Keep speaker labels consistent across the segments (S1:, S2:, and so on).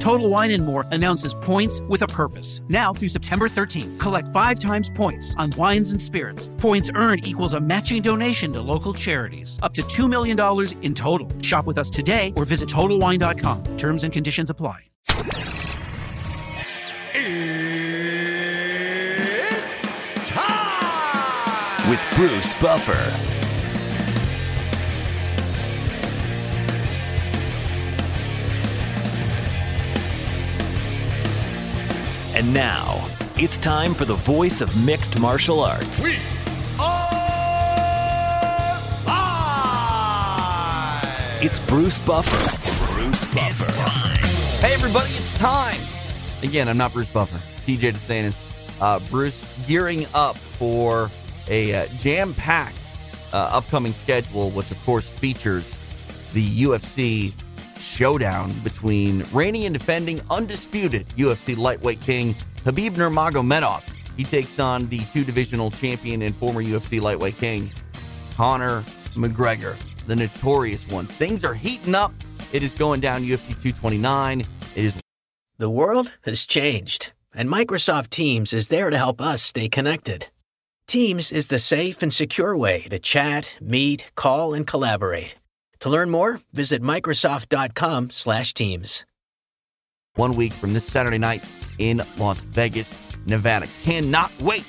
S1: Total Wine and More announces points with a purpose. Now through September 13th, collect five times points on wines and spirits. Points earned equals a matching donation to local charities, up to $2 million in total. Shop with us today or visit TotalWine.com. Terms and conditions apply.
S2: It's time!
S3: with Bruce Buffer. And now, it's time for the voice of mixed martial arts.
S2: We are live!
S3: It's Bruce Buffer. Bruce Buffer.
S4: Hey, everybody, it's time. Again, I'm not Bruce Buffer, TJ DeSantis. Uh, Bruce gearing up for a uh, jam packed uh, upcoming schedule, which, of course, features the UFC showdown between reigning and defending undisputed UFC lightweight king Habib Nurmagomedov. He takes on the two divisional champion and former UFC lightweight king Conor McGregor, the notorious one. Things are heating up. It is going down UFC 229. It is
S5: The world has changed, and Microsoft Teams is there to help us stay connected. Teams is the safe and secure way to chat, meet, call, and collaborate. To learn more, visit microsoft.com/teams.
S4: one week from this Saturday night in Las Vegas, Nevada. Cannot wait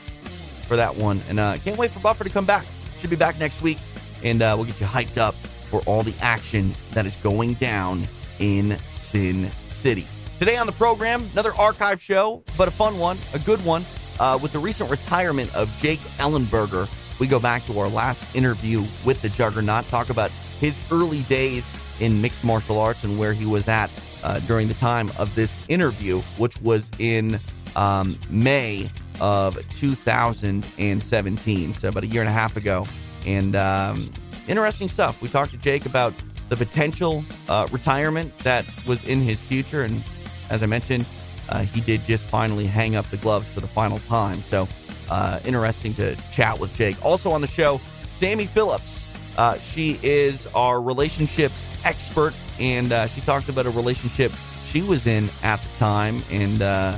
S4: for that one. And uh, can't wait for Buffer to come back. Should be back next week. And uh, we'll get you hyped up for all the action that is going down in Sin City. Today on the program, another archive show, but a fun one, a good one. Uh, with the recent retirement of Jake Ellenberger, we go back to our last interview with the Juggernaut, talk about his early days in mixed martial arts and where he was at uh, during the time of this interview, which was in um, May of 2017, so about a year and a half ago. And um, interesting stuff. We talked to Jake about the potential uh, retirement that was in his future. And as I mentioned, uh, he did just finally hang up the gloves for the final time. So uh, interesting to chat with Jake. Also on the show, Sammy Phillips. Uh, she is our relationships expert, and uh, she talks about a relationship she was in at the time. And uh,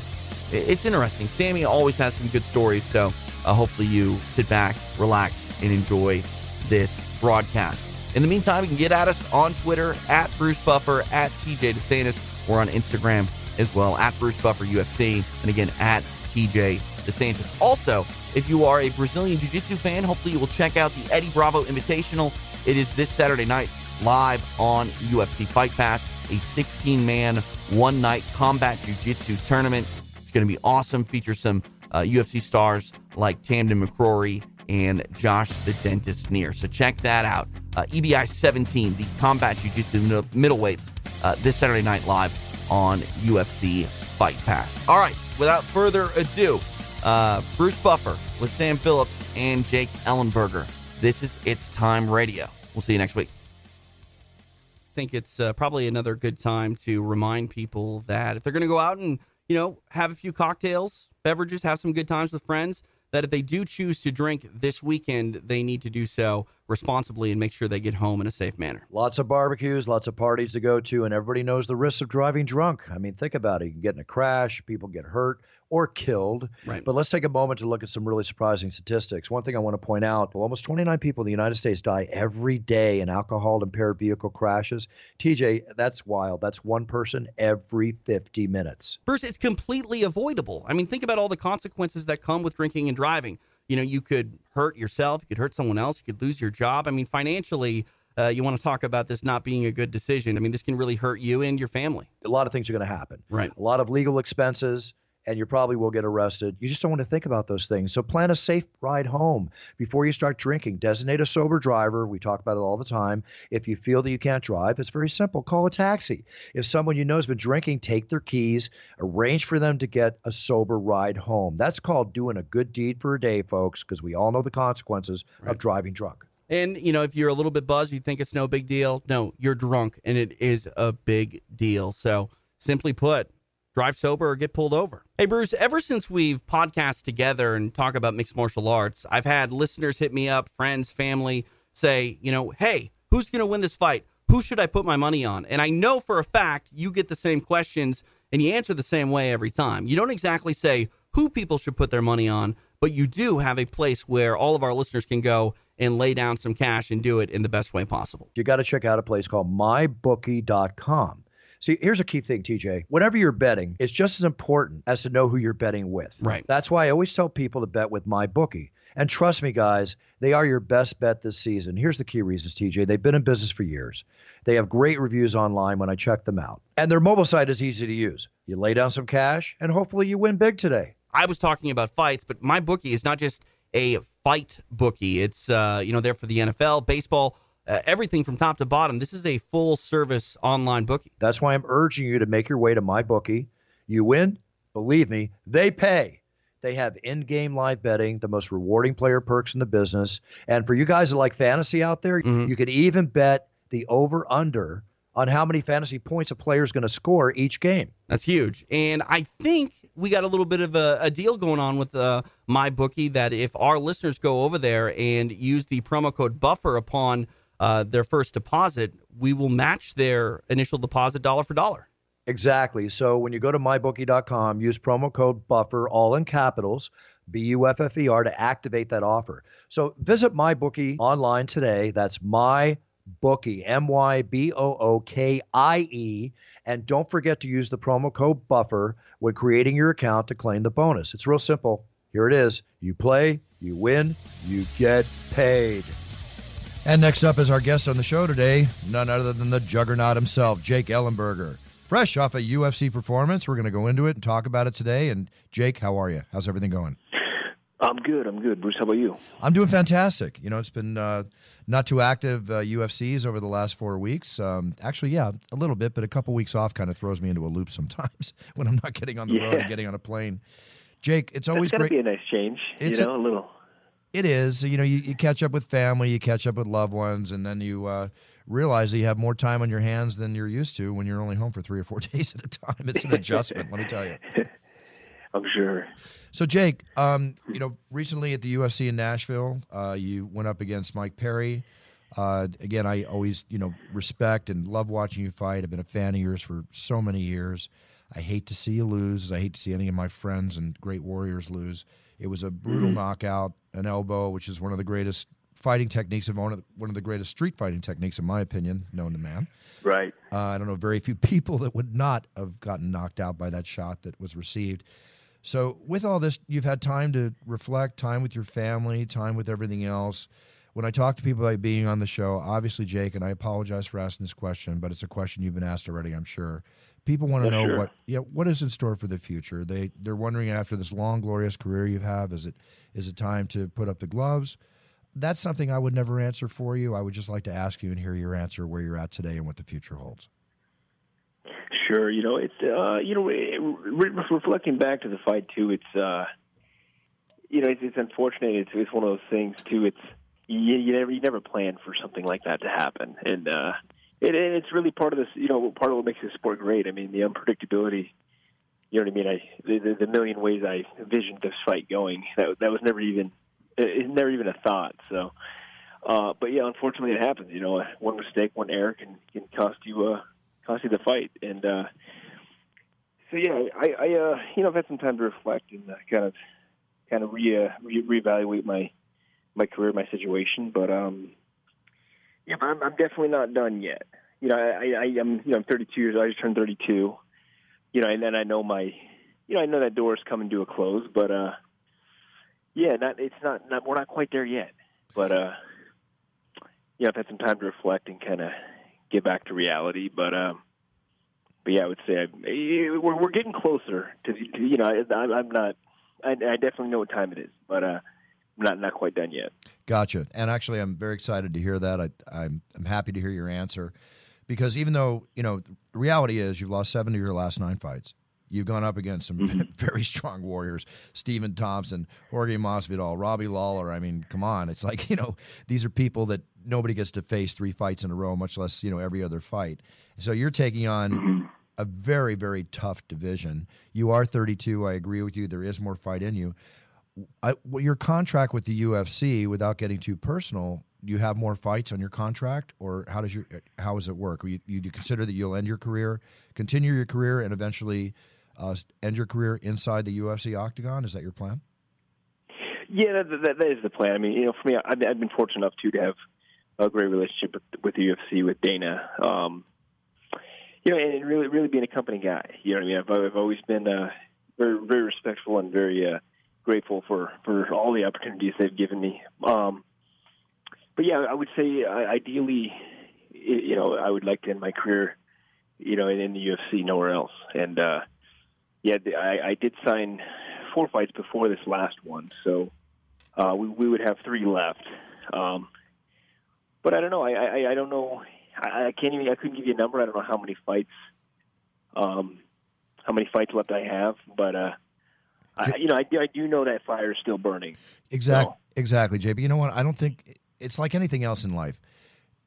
S4: i- it's interesting. Sammy always has some good stories. So uh, hopefully you sit back, relax, and enjoy this broadcast. In the meantime, you can get at us on Twitter at Bruce Buffer, at TJ DeSantis. We're on Instagram as well, at Bruce Buffer UFC, and again, at TJ DeSantis. Also, if you are a Brazilian Jiu Jitsu fan, hopefully you will check out the Eddie Bravo Invitational. It is this Saturday night live on UFC Fight Pass, a 16 man, one night combat Jiu Jitsu tournament. It's going to be awesome. Feature some uh, UFC stars like Tamden McCrory and Josh the Dentist Near. So check that out. Uh, EBI 17, the combat Jiu Jitsu middleweights, uh, this Saturday night live on UFC Fight Pass. All right, without further ado, uh, Bruce Buffer with Sam Phillips and Jake Ellenberger. This is It's Time Radio. We'll see you next week. I think it's uh, probably another good time to remind people that if they're going to go out and you know have a few cocktails, beverages, have some good times with friends, that if they do choose to drink this weekend, they need to do so responsibly and make sure they get home in a safe manner.
S6: Lots of barbecues, lots of parties to go to, and everybody knows the risks of driving drunk. I mean, think about it. You can get in a crash, people get hurt or killed.
S4: Right.
S6: But let's take a moment to look at some really surprising statistics. One thing I want to point out almost 29 people in the United States die every day in alcohol impaired vehicle crashes. TJ, that's wild. That's one person every 50 minutes.
S4: Bruce, it's completely avoidable. I mean, think about all the consequences that come with drinking and driving. You know, you could hurt yourself, you could hurt someone else, you could lose your job. I mean, financially, uh, you want to talk about this not being a good decision. I mean, this can really hurt you and your family.
S7: A lot of things are going to happen.
S4: Right.
S7: A lot of legal expenses, and you probably will get arrested. You just don't want to think about those things. So plan a safe ride home before you start drinking. Designate a sober driver. We talk about it all the time. If you feel that you can't drive, it's very simple. Call a taxi. If someone you know has been drinking, take their keys, arrange for them to get a sober ride home. That's called doing a good deed for a day, folks, because we all know the consequences of driving drunk.
S4: And you know, if you're a little bit buzzed, you think it's no big deal. No, you're drunk, and it is a big deal. So simply put, drive sober or get pulled over. Hey, Bruce. Ever since we've podcast together and talk about mixed martial arts, I've had listeners hit me up, friends, family, say, you know, hey, who's going to win this fight? Who should I put my money on? And I know for a fact you get the same questions and you answer the same way every time. You don't exactly say who people should put their money on, but you do have a place where all of our listeners can go and lay down some cash and do it in the best way possible.
S7: you got to check out a place called mybookie.com. See, here's a key thing, TJ. Whenever you're betting, it's just as important as to know who you're betting with.
S4: Right.
S7: That's why I always tell people to bet with MyBookie. And trust me, guys, they are your best bet this season. Here's the key reasons, TJ. They've been in business for years. They have great reviews online when I check them out. And their mobile site is easy to use. You lay down some cash, and hopefully you win big today.
S4: I was talking about fights, but my bookie is not just a fight bookie. It's uh, you know there for the NFL, baseball, uh, everything from top to bottom. This is a full service online bookie.
S7: That's why I'm urging you to make your way to my bookie. You win, believe me, they pay. They have in-game live betting, the most rewarding player perks in the business. And for you guys that like fantasy out there,
S4: Mhm.
S7: you could even bet the over/under on how many fantasy points a player is going to score each game.
S4: That's huge. And I think we got a little bit of a, a deal going on with uh, my bookie that if our listeners go over there and use the promo code buffer upon uh, their first deposit, we will match their initial deposit dollar for dollar.
S7: Exactly. So when you go to mybookie.com, use promo code BUFFER, all in capitals, B U F F E R, to activate that offer. So visit MyBookie online today. That's MyBookie, M Y B O O K I E. And don't forget to use the promo code BUFFER when creating your account to claim the bonus. It's real simple. Here it is you play, you win, you get paid. And next up is our guest on the show today, none other than the juggernaut himself, Jake Ellenberger. Fresh off a UFC performance, we're going to go into it and talk about it today. And Jake, how are you? How's everything going?
S8: I'm good. I'm good. Bruce, how about you?
S7: I'm doing fantastic. You know, it's been uh, not too active uh, UFCs over the last four weeks. Um, actually, yeah, a little bit, but a couple weeks off kind of throws me into a loop sometimes when I'm not getting on the road
S8: Yeah.
S7: and getting on a plane. Jake, it's
S8: It's
S7: always
S8: gotta
S7: great.
S8: be a nice change.
S7: It's a-
S8: you know, a, little.
S7: It is. You know, you, you catch up with family, you catch up with loved ones, and then you uh, realize that you have more time on your hands than you're used to when you're only home for three or four days at a time. It's an adjustment, let me tell you.
S8: I'm sure.
S7: So, Jake, um, you know, recently at the UFC in Nashville, uh, you went up against Mike Perry. Uh, again, I always, you know, respect and love watching you fight. I've been a fan of yours for so many years. I hate to see you lose. I hate to see any of my friends and great warriors lose. It was a brutal knockout, an elbow, which is one of the greatest fighting techniques of one of the, one of the greatest street fighting techniques, in my opinion, known to man.
S8: Right.
S7: Uh, I don't know very few people that would not have gotten knocked out by that shot that was received. So, with all this, you've had time to reflect, time with your family, time with everything else. When I talk to people about being on the show, obviously, Jake, and I apologize for asking this question, but it's a question you've been asked already, I'm sure. People want to
S8: Yeah,
S7: know
S8: sure.
S7: what, yeah, what is in store for the future. They they're wondering after this long, glorious career you have, is it is it time to put up the gloves? That's something I would never answer for you. I would just like to ask you and hear your answer, where you're at today, and what the future holds.
S8: Sure. You know, it's uh, you know, re- re- reflecting back to the fight too. It's uh, you know, it's, it's unfortunate. It's it's one of those things too. It's you, you never you never plan for something like that to happen, and uh, it, and it's really part of this. You know, part of what makes this sport great. I mean, the unpredictability. You know what I mean? I the, the, the million ways I envisioned this fight going. That that was never even it, it never even a thought. So. Uh, but yeah, unfortunately, it happens. You know, one mistake, one error can can cost you uh, cost you the fight. And uh, so yeah, I, I uh, you know I've had some time to reflect and uh, kind of kind of re, uh, re reevaluate my my career, my situation. But um, yeah, but I'm, I'm definitely not done yet. You know, I, I I'm you know I'm 32 years. old. I just turned 32. You know, and then I know my you know I know that door is coming to a close. But uh, yeah, not it's not, not we're not quite there yet. But uh, you know, I've had some time to reflect and kind of get back to reality. But um, but yeah, I would say I, we're we're getting closer to, the- to you know I, I'm not I, I definitely know what time it is, but uh, I'm not not quite done yet.
S7: Gotcha. And actually, I'm very excited to hear that. I, I'm, I'm happy to hear your answer because even though, you know, the reality is you've lost seven of your last nine fights, you've gone up against some very strong warriors Stephen Thompson, Jorge Masvidal, Robbie Lawler. I mean, come on. It's like, you know, these are people that nobody gets to face three fights in a row, much less, you know, every other fight. So you're taking on. A very, very tough division. You are 32. I agree with you. There is more fight in you. I, well, your contract with the UFC, without getting too personal, do you have more fights on your contract, or how does your how does it work? You, you do consider that you'll end your career, continue your career, and eventually uh, end your career inside the UFC octagon? Is that your plan?
S8: Yeah, that, that, that is the plan. I mean, you know, for me, I, I've been fortunate enough too to have a great relationship with, with the UFC, with Dana. Um, you know, and really, really being a company guy. You know what I mean? I've, I've always been uh, very, very respectful and very uh, grateful for for all the opportunities they've given me. Um, but yeah, I would say uh, ideally, y- you know, I would like to end my career, you know, in, in the UFC, nowhere else. And uh, yeah, the- I, I did sign four fights before this last one, so uh, we we would have three left. Um, but I don't know. I I, I don't know. I, I can't even. I couldn't give you a number. I don't know how many fights, um, how many fights left I have. But uh, I, you know, I, do- I do know that fire is still burning.
S7: Exactly. Exactly, JB. You know what? I don't think it's like anything else in life.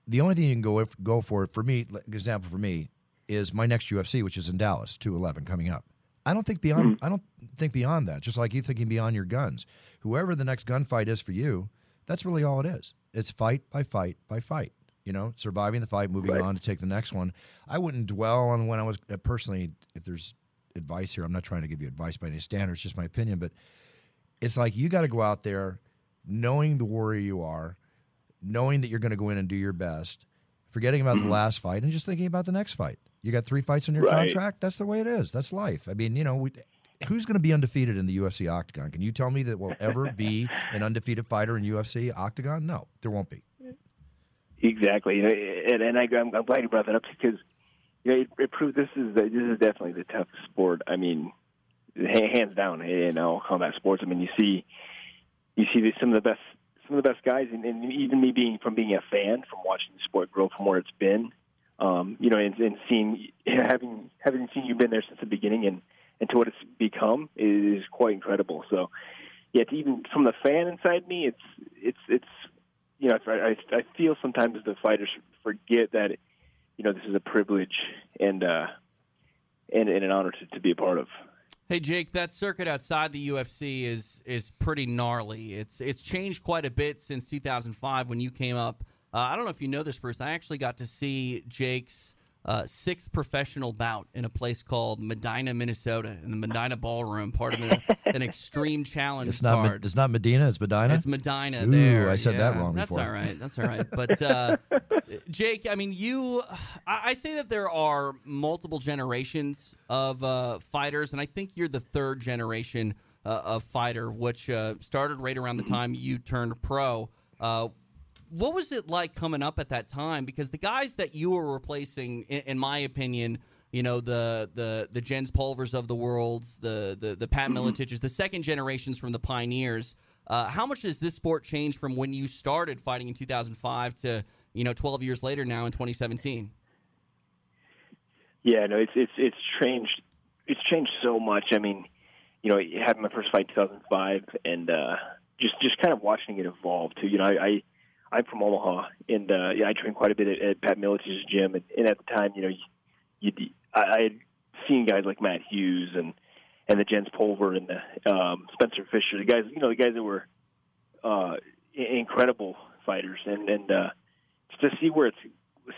S7: The only thing you can go if, go for for me, like, example for me, is my next UFC, which is in Dallas, two eleven coming up. I don't think beyond. I don't think beyond that. Just like you thinking beyond your guns. Whoever the next gunfight is for you, that's really all it is. It's fight by fight by fight. You know, surviving the fight, moving on to take the next one. I wouldn't dwell on when I was uh, personally. If there's advice here, I'm not trying to give you advice by any standards, just my opinion. But it's like you got to go out there knowing the warrior you are, knowing that you're going to go in and do your best, forgetting about the last fight and just thinking about the next fight. You got three fights on your
S8: Right.
S7: contract. That's the way it is. That's life. I mean, you know, we, who's going to be undefeated in the UFC octagon? Can you tell me that will ever be an undefeated fighter in UFC octagon? No, there won't be.
S8: Exactly, You know, and, and I, I'm, I'm glad you brought that up because you know it, it proved this is the, this is definitely the toughest sport. I mean, ha- hands down in all combat sports. I mean, you see, you see the- some of the best some of the best guys, and, and even me being from being a fan from watching the sport grow from where it's been, um, you know, and, and seeing having having seen you been there since the beginning and and to what it's become is quite incredible. So, yeah, to even from the fan inside me, it's it's it's you know, I, I, I feel sometimes the fighters forget that, you know, this is a privilege and uh, and, and an honor to, to be a part of.
S4: Hey Jake, that circuit outside the UFC is is pretty gnarly. It's it's changed quite a bit since 2005 when you came up. Uh, I don't know if you know this person. I actually got to see Jake's uh, sixth professional bout in a place called Medina, Minnesota, in the Medina Ballroom, part of an, an extreme challenge
S7: It's not. Me-
S4: card.
S7: It's not Medina. It's Medina.
S4: It's Medina
S7: Ooh,
S4: there.
S7: I said that
S4: Yeah,
S7: wrong
S4: That's
S7: before.
S4: all right. That's all right. But uh, Jake, I mean, you, I, I say that there are multiple generations of uh, fighters, and I think you're the third generation uh, of fighter, which uh, started right around the time you turned pro. Uh, what was it like coming up at that time? Because the guys that you were replacing, in, in my opinion, you know the the the Jens Pulvers of the worlds, the the the Pat Militiches, the second generations from the pioneers. Uh, how much has this sport changed from when you started fighting in 2005 to you know 12 years later now in 2017?
S8: Yeah, no, it's it's it's changed. It's changed so much. I mean, you know, having my first fight in 2005, and uh, just just kind of watching it evolve too. You know, I, I I'm from Omaha, and uh, yeah, I trained quite a bit at, at Pat Militich's gym, and, and at the time, you know, you, you I, I had seen guys like Matt Hughes and and the Jens Pulver and the um, Spencer Fisher, the guys, you know, the guys that were uh, i- incredible fighters, and and uh, just to see where it's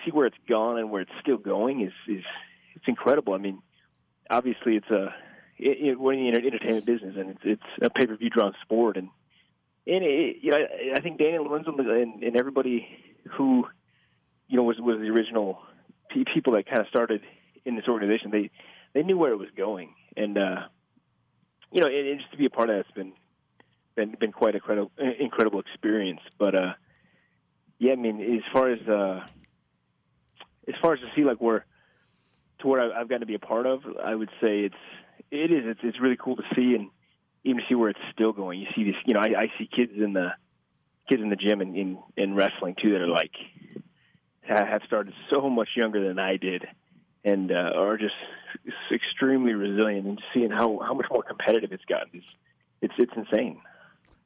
S8: see where it's gone and where it's still going is is it's incredible. I mean, obviously it's a it, it, we're in the enter- entertainment business and it's, it's a pay per view drawn sport and and it, you know I, I think Daniel Lorenzo and, and everybody who you know was was the original pe- people that kind of started in this organization they they knew where it was going and uh, you know and, and just to be a part of that's been been been quite a credi- incredible experience but uh yeah, I mean, as far as uh, as far as to see like where to where I've, I've gotten to be a part of, I would say it's it is it's, it's really cool to see and even to see where it's still going. You see this, you know, I, I see kids in the kids in the gym and in, in wrestling too that are like have started so much younger than I did and uh, are just extremely resilient and seeing how, how much more competitive it's gotten is it's it's insane.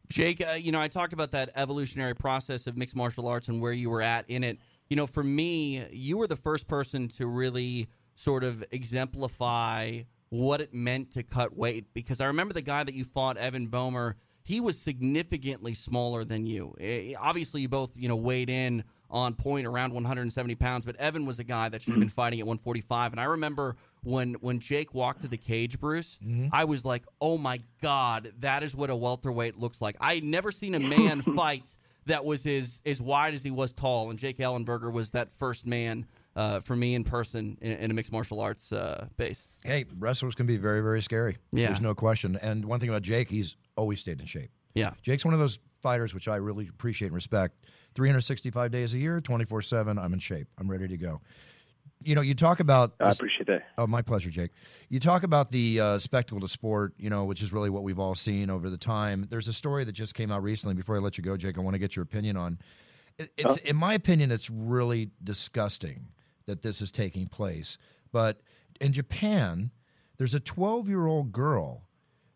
S4: Jake, uh, you know, I talked about that evolutionary process of mixed martial arts and where you were at in it. You know, for me, you were the first person to really sort of exemplify what it meant to cut weight because I remember the guy that you fought, Evan Bomer, he was significantly smaller than you. Eh, obviously, you both, you know, weighed in on point around 170 pounds, but Evan was a guy that
S7: Mm-hmm.
S4: should have been fighting at 145. And I remember when when Jake walked to the cage, Bruce,
S7: Mm-hmm.
S4: I was like, oh my god, that is what a welterweight looks like. I had never seen a man fight that was as as wide as he was tall, and Jake Ellenberger was that first man. Uh, for me in person in, in a mixed martial arts uh, base.
S7: Hey, wrestlers can be very, very scary.
S4: Yeah.
S7: There's no question. And one thing about Jake, he's always stayed in shape.
S4: Yeah.
S7: Jake's one of those fighters which I really appreciate and respect. 365 days a year, 24 7, I'm in shape. I'm ready to go. You know, you talk about.
S8: I appreciate that.
S7: Oh, my pleasure, Jake. You talk about the uh, spectacle to sport, you know, which is really what we've all seen over the time. There's a story that just came out recently. Before I let you go, Jake, I want to get your opinion on. It- It's, In my opinion, it's really disgusting that this is taking place. But in Japan, there's a 12 year old girl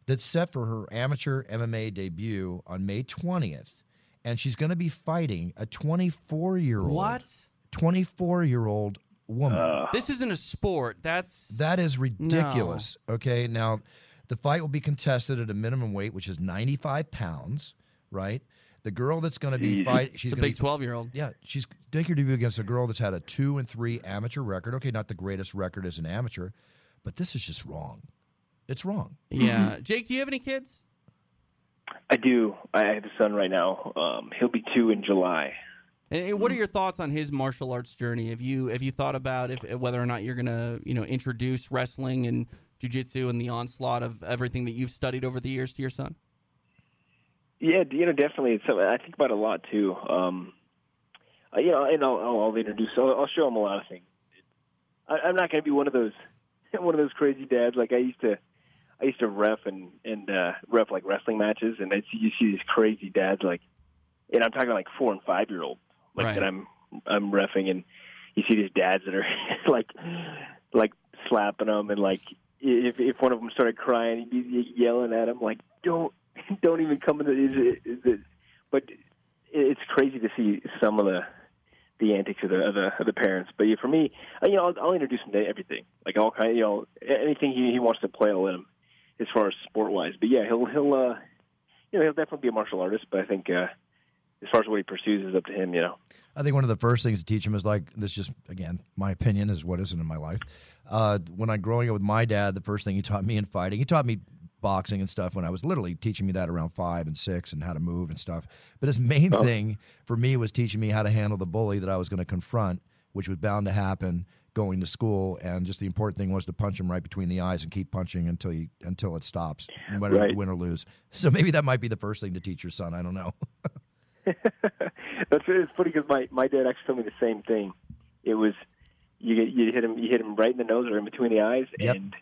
S7: that's set for her amateur MMA debut on May 20th, and she's going to be fighting a 24 year old.
S4: What?
S7: 24 year old woman.
S4: This isn't a sport. That's
S7: That is ridiculous. Okay, now the fight will be contested at a minimum weight, which is 95 pounds, right? The girl that's going to be fight, she's
S4: the
S7: going
S4: big
S7: to be.
S4: 12 year old.
S7: Yeah, she's take your debut against a girl that's had a two and three amateur record. Okay, not the greatest record as an amateur, but this is just wrong. It's wrong.
S4: Yeah. Jake, do you have any kids?
S8: I do. I have a son right now. Um, he'll be two in July.
S4: And, and what are your thoughts on his martial arts journey? Have you have you thought about if whether or not you're going to you know introduce wrestling and jujitsu and the onslaught of everything that you've studied over the years to your son?
S8: Yeah, you know, definitely. It's something I think about a lot too. Um, uh, you know, and I'll, I'll, I'll introduce. I'll, I'll show him a lot of things. I, I'm not going to be one of those one of those crazy dads like I used to. I used to ref and and uh, ref like wrestling matches, and I see you see these crazy dads like, and I'm talking like four and five year old like
S4: Right.
S8: that I'm I'm refing, and you see these dads that are like like slapping them, and like if if one of them started crying, he'd be yelling at him like, don't don't even come in. The, is it, is it, but it- it's crazy to see some of the the antics of the of the, of the parents. But yeah, for me, I, you know, I'll, I'll introduce him to everything, like all kind, you know, a- anything he, he wants to play, I'll let him as far as sport wise. But yeah, he'll he'll uh, you know he'll definitely be a martial artist. But I think uh, as far as what he pursues is up to him. You know,
S7: I think one of the first things to teach him is like this. Just again, my opinion is what isn't in my life. Uh, when I growing up with my dad, the first thing he taught me in fighting, he taught me boxing and stuff when I was literally teaching me that around five and six and how to move and stuff. But his main thing for me was teaching me how to handle the bully that I was going to confront, which was bound to happen going to school. And just the important thing was to punch him right between the eyes and keep punching until you until it stops, whether
S8: Right.
S7: you win or lose. So maybe that might be the first thing to teach your son. I don't know.
S8: that's it's funny because my my dad actually told me the same thing. It was you get- you hit him you hit him right in the nose or in between the eyes
S7: Yep.
S8: and.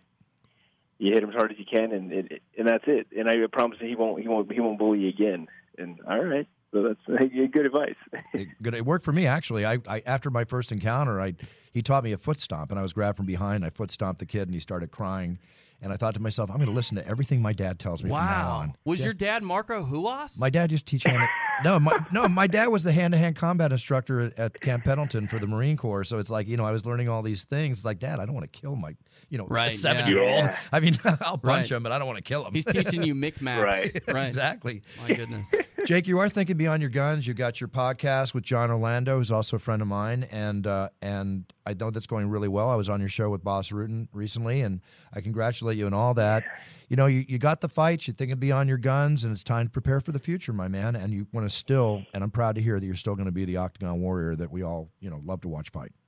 S8: You hit him as hard as you can, and it, and that's it. And I promise that he won't he won't he won't bully you again. And all right, so that's good advice.
S7: it, good. It worked for me actually. I, I after my first encounter, I he taught me a foot stomp, and I was grabbed from behind. I foot stomped the kid, and he started crying. And I thought to myself, I'm going to listen to everything my dad tells me from now on.
S4: Was your dad Marco Huas?
S7: My dad just teach hand. no, my, no, my dad was the hand to hand combat instructor at, at Camp Pendleton for the Marine Corps. So it's like you know, I was learning all these things. It's like, Dad, I don't want to kill my you know
S4: Right,
S7: seven
S4: yeah.
S7: year old. I mean, I'll punch
S4: Right.
S7: him, but I don't want to kill him.
S4: He's teaching you Micmac.
S8: Right.
S4: Right.
S7: exactly.
S4: My goodness.
S7: Jake, you are thinking beyond your guns. You've got your podcast with John Orlando, who's also a friend of mine, and uh, and I know that's going really well. I was on your show with Boss Rutan recently, and I congratulate you on all that. You know, you, you got the fights. You're thinking beyond your guns, and it's time to prepare for the future, my man. And you want to still, and I'm proud to hear that you're still going to be the Octagon Warrior that we all you know love to watch fight.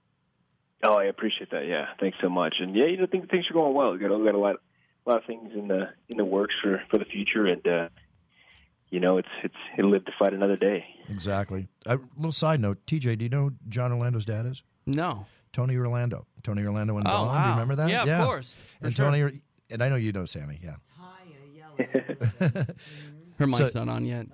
S8: Oh, I appreciate that. Yeah, thanks so much. And yeah, you know, think, things are going well. We got, we got a lot, a lot of things in the in the works for for the future, and uh, you know, it's it's he'll live to fight another day.
S7: Exactly. A little side note, TJ, do you know John Orlando's dad is?
S4: No.
S7: Tony Orlando. Tony Orlando and
S4: Oh,
S7: Blonde. Do
S4: wow.
S7: you remember that?
S4: Yeah, of course. For
S7: And
S4: sure.
S7: Tony, and I know you know Sammy. Yeah,
S4: Her
S7: So-
S4: mic's not on yet.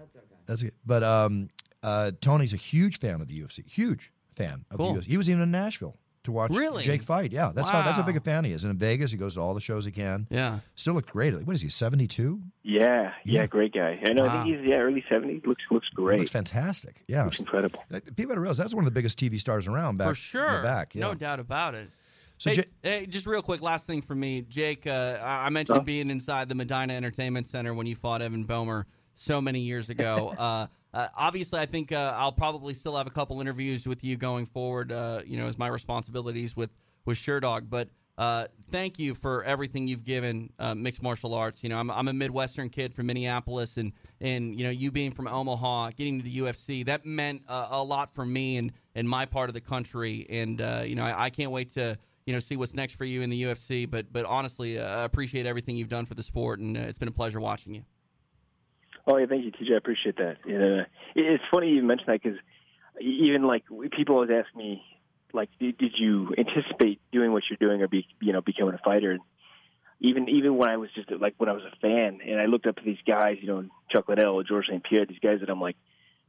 S7: that's good. But um, uh, Tony's a huge fan of the UFC. Huge fan of
S4: Cool.
S7: the UFC. He was even in Nashville to watch
S4: Really?
S7: Jake fight. Yeah, that's how that's how big a
S4: Wow.
S7: fan he is. And in Vegas, he goes to all the shows he can.
S4: Yeah.
S7: Still looked great. What is he? Seventy two.
S8: Yeah, yeah,
S7: Yeah.
S8: great guy. I know. I
S4: Wow.
S8: think he's yeah early seventies. Looks looks great.
S7: Looks fantastic. Yeah.
S8: Looks incredible.
S7: Like, People don't realize that's one of the biggest TV stars around back
S4: For
S7: in
S4: sure.
S7: the back. Yeah.
S4: No doubt about it.
S7: So
S4: hey,
S7: J-
S4: hey, just real quick, last thing for me, Jake. Uh, I I mentioned being inside the Medina Entertainment Center when you fought Evan Bomer so many years ago. uh, uh, obviously, I think uh, I'll probably still have a couple interviews with you going forward. Uh, you know, as my responsibilities with with SureDog, but. Uh, thank you for everything you've given uh, mixed martial arts. You know, I'm, I'm a Midwestern kid from Minneapolis, and and you know, you being from Omaha, getting to the UFC, that meant uh, a lot for me and and my part of the country. And uh, you know, I, I can't wait to you know, see what's next for you in the UFC. But but honestly, uh, I appreciate everything you've done for the sport, and uh, it's been a pleasure watching you.
S8: Oh yeah, thank you, TJ. I appreciate that. Yeah, It- it's funny you mentioned that because even like people always ask me, like, did, did you anticipate doing what you're doing or be you know becoming a fighter? And even even when I was just like when I was a fan and I looked up to these guys, you know, Chuck Liddell, George St. Pierre, these guys that I'm like,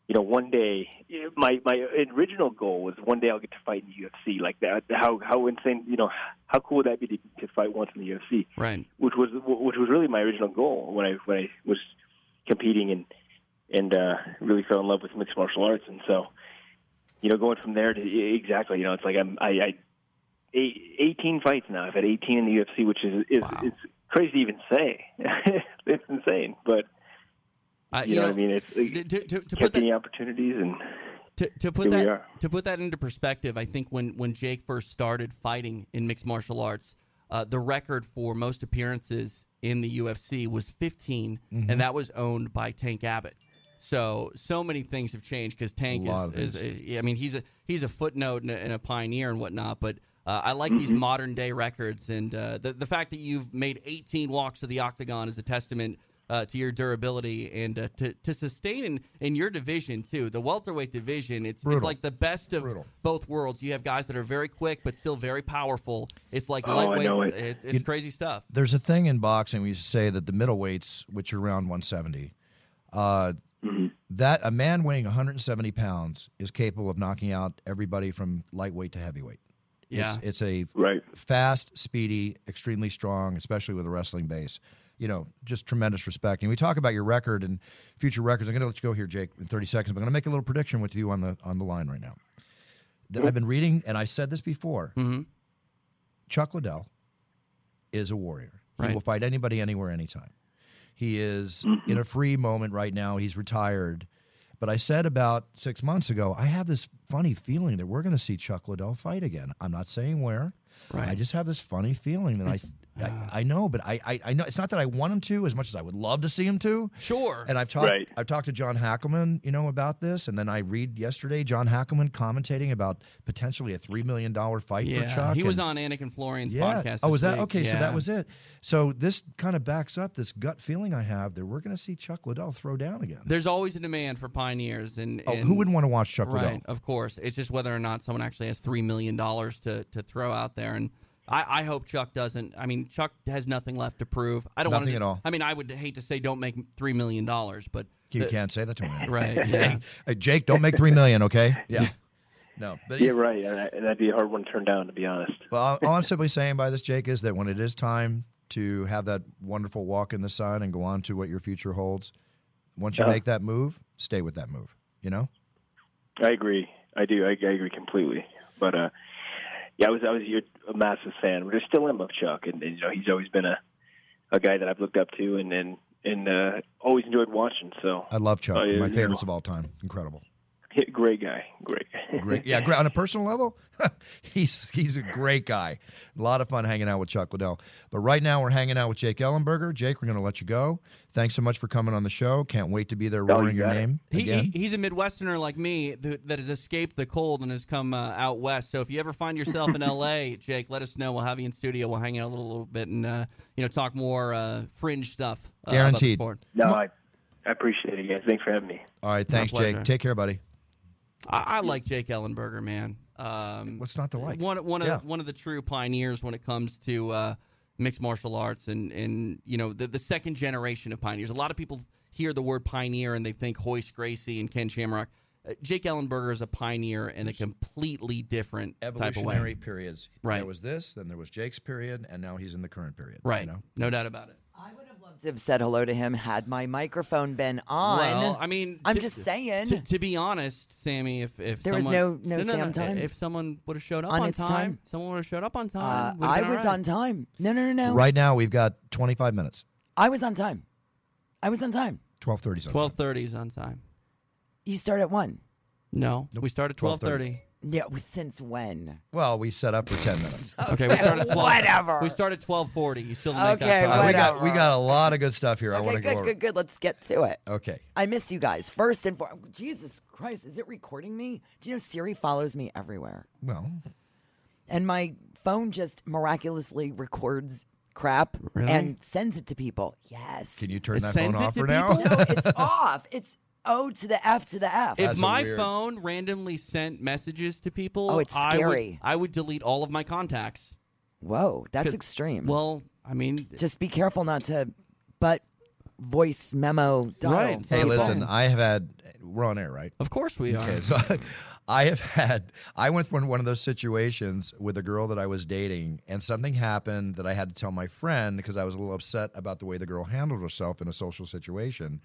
S8: you know, one day my my original goal was one day I'll get to fight in the UFC. Like that, how how insane, you know, how cool would that be to, to fight once in the UFC?
S4: Right.
S8: which was which was really my original goal when I when I was competing and and uh, really fell in love with mixed martial arts. And so, you know, going from there to e-, exactly, you know, it's like I'm I, I eight, 18 fights now. I've had 18 in the UFC, which is is
S4: Wow.
S8: it's crazy to even say. it's insane, but
S4: Uh,
S8: you, know, what I mean. It's
S4: To,
S8: it
S4: to, to, to put
S8: kept
S4: that,
S8: me opportunities and
S4: to, to put
S8: Here we
S4: that
S8: are.
S4: to put that into perspective, I think when when Jake first started fighting in mixed martial arts, uh, the record for most appearances in the UFC was 15, and that was owned by Tank Abbott. So so many things have changed because Tank
S7: lot of
S4: is, is a, I mean he's a he's a footnote and a, and a pioneer and whatnot, but. Uh, I like
S7: Mm-hmm.
S4: these modern day records, and uh, the the fact that you've made 18 walks to the octagon is a testament uh, to your durability and uh, to to sustain in, in your division too. The welterweight division, it's it's
S7: Brutal.
S4: like the best of
S7: Brutal.
S4: both worlds. You have guys that are very quick but still very powerful. It's like
S8: Oh, I
S4: lightweight.
S8: know it.
S4: It's, it's crazy stuff.
S7: there's a thing in boxing we used to say that the middleweights, which are around 170, uh, that a man weighing 170 pounds is capable of knocking out everybody from lightweight to heavyweight.
S4: Yeah.
S7: It's, it's a
S8: right.
S7: fast, speedy, extremely strong, especially with a wrestling base. You know, just tremendous respect. And we talk about your record and future records. I'm going to let you go here, Jake, in 30 seconds. But I'm going to make a little prediction with you on the on the line right now. That I've been reading, and I said this before.
S4: Mhm.
S7: Chuck Liddell is a warrior. He
S4: Right.
S7: will fight anybody, anywhere, anytime. He is in a free moment right now. He's retired. But I said about six months ago, I have this funny feeling that we're going to see Chuck Liddell fight again. I'm not saying where. I just have this funny feeling that I,
S4: uh.
S7: I, I know, but I, I, I know it's not that I want him to as much as I would love to see him to.
S4: Sure.
S7: And I've talked,
S8: Right.
S7: I've talked to John Hackelman, you know, about this, and then I read yesterday John Hackelman commentating about potentially a three million dollar fight for
S4: yeah.
S7: Chuck.
S4: He was
S7: and-
S4: on Anakin Florian's
S7: yeah.
S4: podcast.
S7: Oh,
S4: this
S7: was that
S4: week.
S7: okay? So
S4: Yeah.
S7: that was it. So this kind of backs up this gut feeling I have that we're going to see Chuck Liddell throw down again.
S4: There's always a demand for pioneers, and,
S7: oh,
S4: and
S7: who wouldn't want to watch Chuck
S4: Right,
S7: Liddell?
S4: of course. It's just whether or not someone actually has three million dollars to to throw out there, and I, I hope Chuck doesn't. I mean, Chuck has nothing left to prove. I don't want
S7: Nothing at all.
S4: I mean, I would hate to say don't make three million dollars, but
S7: You
S4: the-
S7: can't say that to me.
S4: right, yeah,
S7: Hey, Jake, don't make three million, okay? Yeah. No, but
S8: Yeah, right. And I- and that'd be a hard one to turn down, to be honest.
S7: Well, all all I'm simply saying by this, Jake, is that when it is time to have that wonderful walk in the sun and go on to what your future holds, once you
S8: Yeah.
S7: make that move, stay with that move. You know,
S8: I agree. I do. I, I agree completely. But uh, yeah, I was I was your, a massive fan. But I still am of Chuck, and, and you know he's always been a a guy that I've looked up to, and and and uh, always enjoyed watching. So
S7: I love Chuck,
S8: Oh, yeah,
S7: my
S8: yeah.
S7: favorites of all time. Incredible,
S8: great guy, great. guy.
S7: great. Yeah, great. on a personal level, he's he's a great guy. A lot of fun hanging out with Chuck Liddell. But right now, we're hanging out with Jake Ellenberger. Jake, we're going to let you go. Thanks so much for coming on the show. Can't wait to be there
S8: Oh, you
S7: roaring your
S8: got it.
S7: name
S4: He,
S7: again.
S4: he, he's a Midwesterner like me th- that has escaped the cold and has come uh, out west. So if you ever find yourself in LA, Jake, let us know. We'll have you in studio. We'll hang out a little, little bit and uh, you know talk more uh, fringe stuff. Uh, about the
S7: Guaranteed.
S4: sport.
S8: No, I I appreciate it, guys. Thanks for having me.
S7: All right, thanks, Jake.
S4: pleasure.
S7: Take care, buddy.
S4: I, I like Jake Ellenberger, man. Um,
S7: What's not to like?
S4: One, one of
S7: Yeah.
S4: one of the true pioneers when it comes to uh, mixed martial arts, and and you know the the second generation of pioneers. A lot of people hear the word pioneer and they think Hoist Gracie and Ken Shamrock. Uh, Jake Ellenberger is a pioneer in a completely different type of way.
S7: Evolutionary periods.
S4: Right.
S7: There was this, then there was Jake's period, and now he's in the current period. you
S4: Right,
S7: know?
S4: no doubt about it.
S9: I would have loved to have said hello to him had my microphone been on.
S4: Well, I mean,
S9: I'm
S4: to-
S9: just saying.
S4: To, to be honest, Sammy, if if
S9: There was
S4: someone,
S9: no- no Sam time.
S4: if someone would have showed up on,
S9: On its
S4: time,
S9: time.
S4: someone would have showed up on
S9: uh,
S4: time. would've
S9: I
S4: been all
S9: was
S4: right.
S9: on time. No, no, no, no.
S7: Right now, we've got 25 minutes,
S9: I was on time. I was on time.
S7: 1230 something.
S4: Twelve thirty is on time.
S9: You start at one.
S4: No, we start at twelve
S7: 12:30.
S4: thirty.
S9: Yeah. well, Since when?
S7: Well, we set up for 10 minutes.
S4: Okay, we start at twelve.
S9: Oh, Whatever.
S4: We start at twelve forty. You still didn't make
S9: Okay,
S4: that
S7: All
S4: time.
S7: right, Uh, we got we
S9: Whatever.
S7: got a lot of good stuff here. I want to go
S9: Okay. Good.
S7: over.
S9: Good. Good. Let's get to it.
S7: Okay.
S9: I miss you guys. First and foremost, Jesus Christ, is it recording me? Do you know Siri follows me everywhere?
S7: Well,
S9: and my phone just miraculously records crap
S4: Really?
S9: and sends it to people. Yes.
S7: can you turn
S4: It
S7: that phone
S4: sends it
S7: off
S4: to
S7: for now?
S4: people?
S9: No, it's off. It's O to the F to the F.
S4: If
S7: That's a
S4: my
S7: weird-
S4: phone randomly sent messages to people,
S9: Oh, it's
S4: I would-
S9: scary.
S4: I would, delete all of my contacts.
S9: Whoa, that's
S4: 'Cause-
S9: extreme.
S4: Well, I mean,
S9: just be careful not to butt voice memo. Dial
S4: Right.
S7: Hey,
S9: people.
S7: listen, I have had we're on air, right?
S4: of course we are.
S7: Okay, so I have had I went through one of those situations with a girl that I was dating, and something happened that I had to tell my friend because I was a little upset about the way the girl handled herself in a social situation.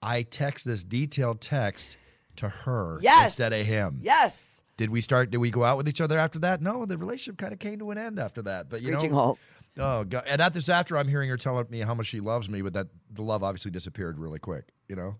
S7: I text this detailed text to her
S9: Yes.
S7: instead of him.
S9: Yes.
S7: Did we start? Did we go out with each other after that? No, the relationship kind of came to an end after that. But you
S9: Screeching
S7: know,
S9: halt.
S7: oh god! And at this after, I'm hearing her telling me how much she loves me, but that the love obviously disappeared really quick. You know,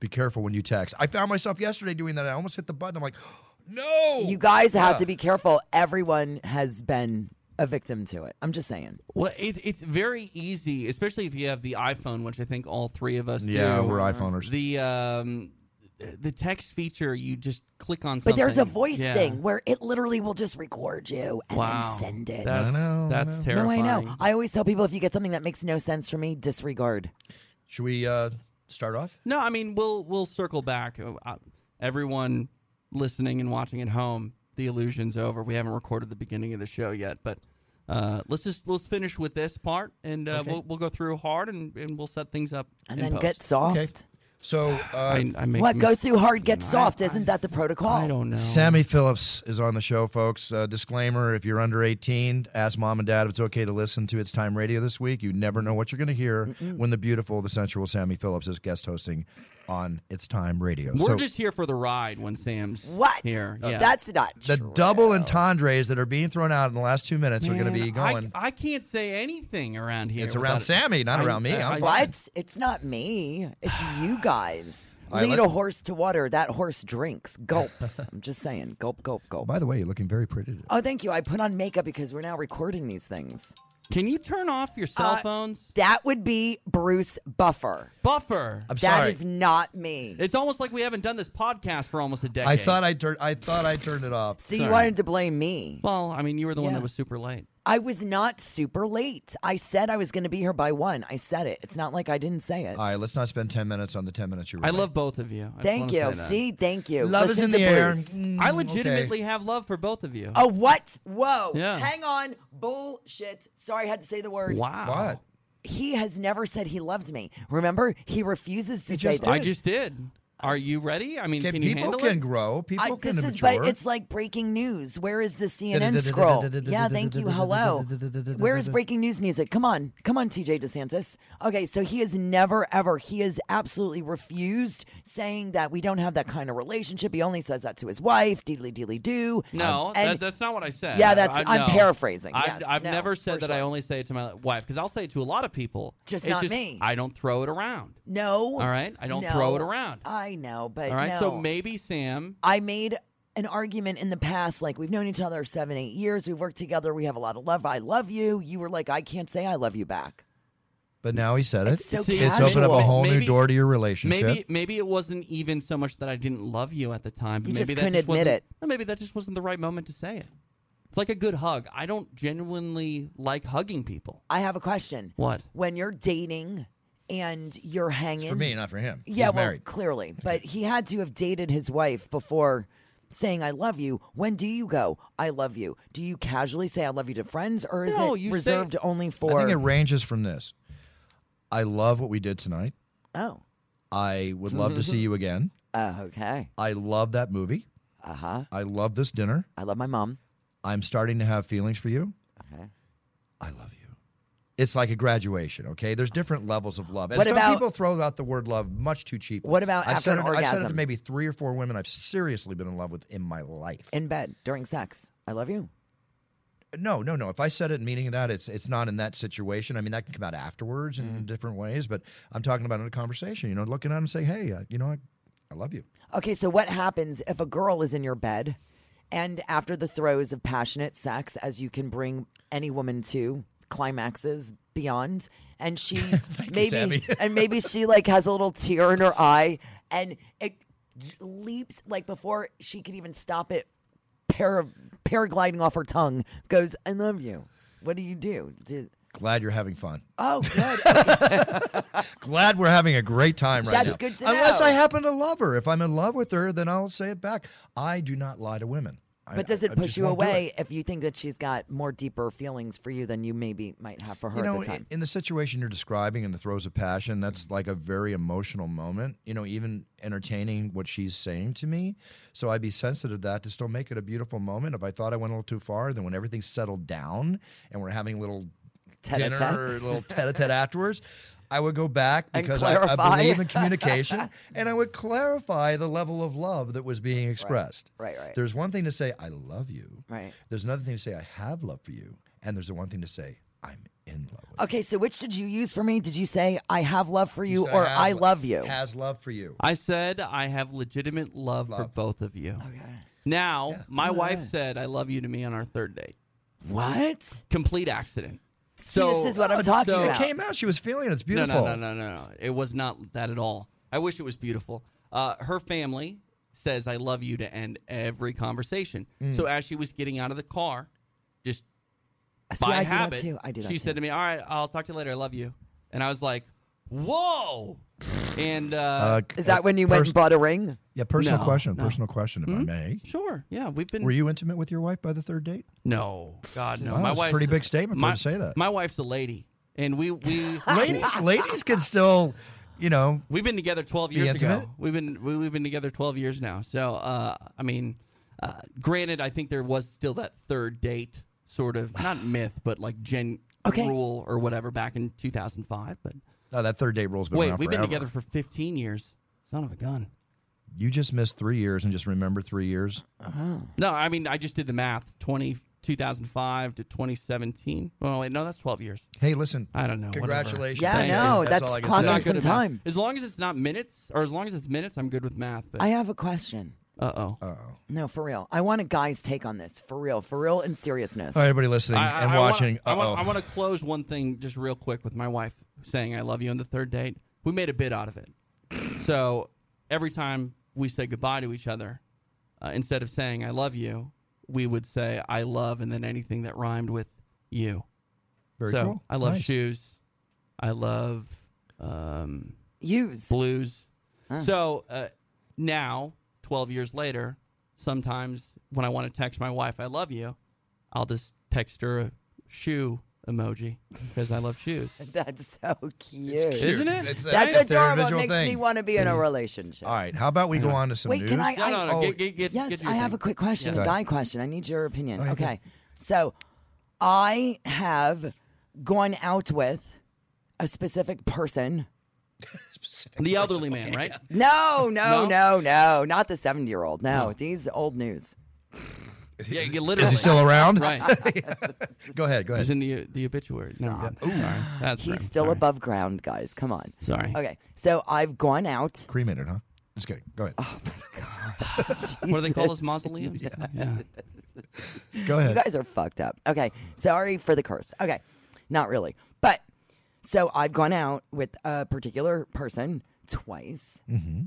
S7: be careful when you text. I found myself yesterday doing that. I almost hit the button. I'm like, no.
S9: You guys have to be careful. Everyone has been a victim to it. I'm just saying.
S4: Well, it, it's very easy, especially if you have the iPhone, which I think all three of us
S7: yeah,
S4: do.
S7: we're iPhoneers.
S4: the um, the text feature. You just click on
S9: But
S4: something.
S9: there's a voice
S4: Yeah.
S9: thing where it literally will just record you and
S4: Wow,
S9: then send it.
S4: That's,
S7: I know, I
S4: that's
S7: know.
S4: terrifying.
S9: No, I know. I always tell people if you get something that makes no sense for me, disregard.
S7: Should we uh, start off?
S4: No, I mean we'll we'll circle back. Uh, uh, Everyone listening and watching at home, the illusion's over. We haven't recorded the beginning of the show yet, but uh, let's just let's finish with this part, and uh, we'll we'll go through hard, and, and we'll set things up.
S9: And
S4: in
S9: then
S4: post.
S9: get soft.
S7: Okay. So uh,
S4: I, I make
S9: What? Go
S4: mis-
S9: through hard, get
S4: I-
S9: soft.
S4: I-
S9: Isn't that the protocol?
S4: I don't know.
S7: Sammy Phillips is on the show, folks. Uh, disclaimer: If you're under 18, ask mom and dad if it's okay to listen to It's Time Radio this week. You never know what you're going to hear when the beautiful, the sensual Sammy Phillips is guest hosting on It's Time Radio.
S4: We're
S7: So
S4: just here for the ride when Sam's
S9: What? Oh,
S4: here. Yeah.
S9: That's not
S7: the
S9: true.
S7: double entendres that are being thrown out in the last two minutes are going to
S4: Man,
S7: be going.
S4: I, I can't say anything around here.
S7: it's around
S4: without-
S7: Sammy, not
S4: I-
S7: around me.
S4: I-
S7: I'm
S4: I-
S9: What? It's not me. It's you guys.
S7: All right,
S9: Lead
S7: let-
S9: a horse to water. That horse drinks. Gulps. I'm just saying. Gulp, gulp, gulp.
S7: By the way, you're looking very pretty. today.
S9: Oh, thank you. I put on makeup because we're now recording these things.
S4: Can you turn off your cell
S9: Uh,
S4: phones?
S9: That would be Bruce Buffer.
S4: Buffer.
S7: I'm
S9: That
S7: sorry.
S9: is not me.
S4: It's almost like we haven't done this podcast for almost a decade.
S7: I thought I turned. I thought I turned it off.
S9: See, you wanted to blame me.
S4: Well, I mean, you were the one
S9: Yeah.
S4: that was super late.
S9: I was not super late. I said I was going to be here by one. I said it. It's not like I didn't say it.
S7: All right, let's not spend 10 minutes on the 10 minutes you're.
S4: I love both of you. I just
S9: thank
S4: wanna
S9: you.
S4: say that.
S9: See, thank you.
S7: Love is
S9: Listen
S7: in
S9: to
S7: the air.
S9: Bruce.
S7: Mm,
S4: I
S7: okay.
S4: legitimately have love for both of you.
S9: Oh, what? Whoa.
S4: Yeah.
S9: Hang on. Bullshit. Sorry, I had to say the word.
S4: wow.
S7: What?
S9: He has never said he loves me. Remember, he refuses to
S7: He
S9: say
S7: just
S9: that.
S4: I just did. Are you ready? I mean,
S7: Okay,
S4: can you
S7: people
S4: handle
S7: can
S4: it?
S7: grow. People
S9: I-
S7: can
S9: this is,
S7: mature.
S9: but it's like breaking news. Where is the CNN scroll? Yeah, thank you. Hello. Where is breaking news music? Come on, come on, TJ DeSantis. Okay, so he has never ever he has absolutely refused saying that we don't have that kind of relationship. He only says that to his wife. Deedly deedly do.
S4: No,
S9: Um, And-
S4: that, that's not what I said.
S9: Yeah, that's-
S4: I,
S9: I'm paraphrasing.
S4: I've,
S9: Yes,
S4: I've
S9: no,
S4: never
S9: for
S4: said that I
S9: sure.
S4: only say it to my wife because I'll say it to a lot of people.
S9: Just
S4: It's
S9: not me.
S4: I don't throw it around.
S9: no.
S4: All right, I don't
S9: No.
S4: throw it around.
S9: I know, but
S4: All right,
S9: no.
S4: so maybe Sam.
S9: I made an argument in the past, like we've known each other seven, eight years, we've worked together, we have a lot of love. I love you. You were like, I can't say I love you back.
S7: But now he said it.
S9: It's so
S4: See,
S7: it's opened up
S9: casual.
S7: a whole
S4: Maybe-
S7: new door to your relationship.
S4: Maybe maybe it wasn't even so much that I didn't love you at the time, but
S9: You
S4: maybe
S9: just
S4: that
S9: couldn't
S4: just
S9: admit
S4: wasn't,
S9: it.
S4: no, Maybe that just wasn't the right moment to say it. It's like a good hug. I don't genuinely like hugging people.
S9: I have a question.
S4: What?
S9: When you're dating and you're hanging.
S7: It's for me, not for him.
S9: Yeah,
S7: He's
S9: well,
S7: married.
S9: clearly, but he had to have dated his wife before saying "I love you." When do you go? I love you. Do you casually say "I love you" to friends, or is
S4: No,
S9: it
S4: you say-
S9: reserved only
S7: I
S9: for?
S7: think it ranges from this. I love what we did tonight.
S9: oh,
S7: I would love to see you again.
S9: uh, okay.
S7: I love that movie.
S9: Uh huh.
S7: I love this dinner.
S9: I love my mom.
S7: I'm starting to have feelings for you.
S9: Okay.
S7: I love you. It's like a graduation, okay? There's different levels of love. And
S9: What
S7: some
S9: about-
S7: people throw out the word love much too cheaply.
S9: What about
S7: I've
S9: after
S7: said
S9: an
S7: it, I've said it to
S9: orgasm?
S7: maybe three or four women I've seriously been in love with in my life.
S9: In bed during sex. I love you.
S7: No, no, no. If I said it meaning that, it's it's not in that situation. I mean, that can come out afterwards in
S9: Mm.
S7: different ways, but I'm talking about in a conversation. You know, looking at them and saying, "Hey, uh, you know, I, I love you."
S9: Okay, so what happens if a girl is in your bed and after the throes of passionate sex, as you can bring any woman to climaxes beyond, and she maybe
S7: Sammy.
S9: and maybe she like has a little tear in her eye and it j- leaps like before she could even stop it para, paragliding off her tongue goes, I love you. What do you do? Do-
S7: Glad you're having fun.
S9: oh good.
S7: Glad we're having a great time right
S9: That's
S7: now.
S9: good to
S7: Unless
S9: know.
S7: I happen to love her. If I'm in love with her, then I'll say it back. I do not lie to women. I-
S9: But does
S7: I-
S9: it
S7: I
S9: push
S7: just
S9: you
S7: won't do it.
S9: away if you think that she's got more deeper feelings for you than you maybe might have for her
S7: You know,
S9: at the time?
S7: in the situation you're describing in the throes of passion, that's like a very emotional moment. You know, even entertaining what she's saying to me. So I'd be sensitive to that to still make it a beautiful moment. If I thought I went a little too far, then when everything's settled down and we're having a little
S9: Tete-a-tete?
S7: dinner or a little tete-a-tete afterwards, I would go back
S9: And
S7: because I, I
S9: clarify.
S7: believe in communication, and I would clarify the level of love that was being expressed.
S9: Right, right.
S7: There's one thing to say I love you.
S9: Right.
S7: There's another thing to say I have love for you, and there's the one thing to say I'm in love with. you."
S9: Okay, so which did you use for me? Did you say I have love for you
S7: said,
S9: or
S7: has
S9: I
S7: lo-
S9: love you?
S7: Has love for you.
S4: I said I have legitimate love, for
S7: Love.
S4: both of you. Now, my wife said I love you to me on our third date.
S9: what?
S4: Complete accident.
S9: See,
S4: So
S9: this is what I'm talking
S4: so-
S7: It
S9: about.
S7: came out. She was feeling it. It's
S4: No,
S7: beautiful.
S4: no, no, no, no, no. It was not that at all. I wish it was beautiful. Uh, her family says I love you to end every conversation.
S7: Mm.
S4: So as she was getting out of the car, just
S9: See,
S4: by
S9: I do
S4: habit,
S9: that too. I do that
S4: she
S9: too.
S4: said to me, "All right, I'll talk to you later. I love you." And I was like, "Whoa!" and uh,
S9: is that when you went and bought a ring?
S7: Yeah, personal
S4: No,
S7: question.
S4: no. Hmm?
S7: Personal question, if I may.
S4: sure, yeah, we've been.
S7: Were you intimate with your wife by the third date?
S4: No, God, no.
S7: Wow,
S4: my
S7: that's a
S4: wife's
S7: pretty big statement for
S4: my,
S7: her to say that.
S4: My wife's a lady, and we we
S7: ladies, ladies can still, you know,
S4: we've been together twelve
S7: Be
S4: years
S7: intimate?
S4: ago. We've been we, we've been together twelve years now. So uh, I mean, uh, granted, I think there was still that third date sort of not myth, but like gen
S9: Okay.
S4: rule or whatever back in two thousand five. But
S7: oh, that third date rule's been
S4: wait,
S7: around
S4: we've been
S7: forever.
S4: together for fifteen years. Son of a gun.
S7: You just missed three years and just remember three years.
S4: No, I mean I just did the math. 20, 2005 to twenty seventeen. Oh wait, no, that's twelve years.
S7: Hey, listen.
S4: I don't know. Uh, whatever.
S7: Congratulations.
S9: Yeah,
S4: Thank
S9: no,
S4: you.
S7: That's all
S9: that's
S7: I can
S4: I'm
S7: say.
S9: clocking
S4: not
S9: some
S4: good at math.
S9: time.
S4: As long as it's not minutes, or as long as it's minutes, I'm good with math. But
S9: I have a question.
S4: uh oh,
S7: Uh-oh.
S9: No, for real. I want a guy's take on this. For real. For real and seriousness.
S7: All right, everybody listening
S4: I,
S7: and
S4: I
S7: watching.
S4: Wanna, I, want, I
S7: uh-oh.
S4: want to close one thing just real quick with my wife saying I love you on the third date. We made a bit out of it. So every time we say goodbye to each other, uh, instead of saying I love you, we would say I love and then anything that rhymed with you.
S7: Very
S4: so
S7: cool.
S4: I love
S7: Nice.
S4: shoes. I love. Um,
S9: Use.
S4: blues. So uh, now, 12 years later, sometimes when I want to text my wife, I love you, I'll just text her a shoe emoji because I love shoes.
S9: That's so cute.
S4: Isn't it?
S7: It's-
S9: That's
S7: it's their
S9: adorable. It
S7: individual
S9: makes
S7: thing.
S9: me want to be in a relationship.
S7: All right, how about we go on to some
S9: Wait,
S7: news?
S9: can I?
S4: No, no, no.
S7: Oh,
S4: Get, get, get,
S9: yes,
S4: get your
S9: I have
S4: thing.
S9: a quick question,
S7: Yes.
S9: a guy question. I need your opinion.
S7: yeah,
S9: okay. So I have gone out with a specific person.
S4: The elderly man, right?
S9: No, no, no,
S4: No?
S9: no, Not the 70 year old. No, these old news.
S4: Yeah, you literally.
S7: Is he still around?
S4: Right.
S7: Go ahead. Go
S4: He's
S7: ahead.
S4: in the the obituary. Never mind. Sorry. That's
S9: He's
S4: right.
S9: still
S4: Sorry.
S9: above ground, guys. Come on.
S4: Sorry.
S9: Okay. So I've gone out.
S7: Cremated, huh? Just kidding. Go ahead.
S9: Oh,
S4: What do they call those mausoleums? yeah.
S7: Go ahead.
S9: You guys are fucked up. Okay. Sorry for the curse. Okay. Not really. But so I've gone out with a particular person twice. Mm-hmm.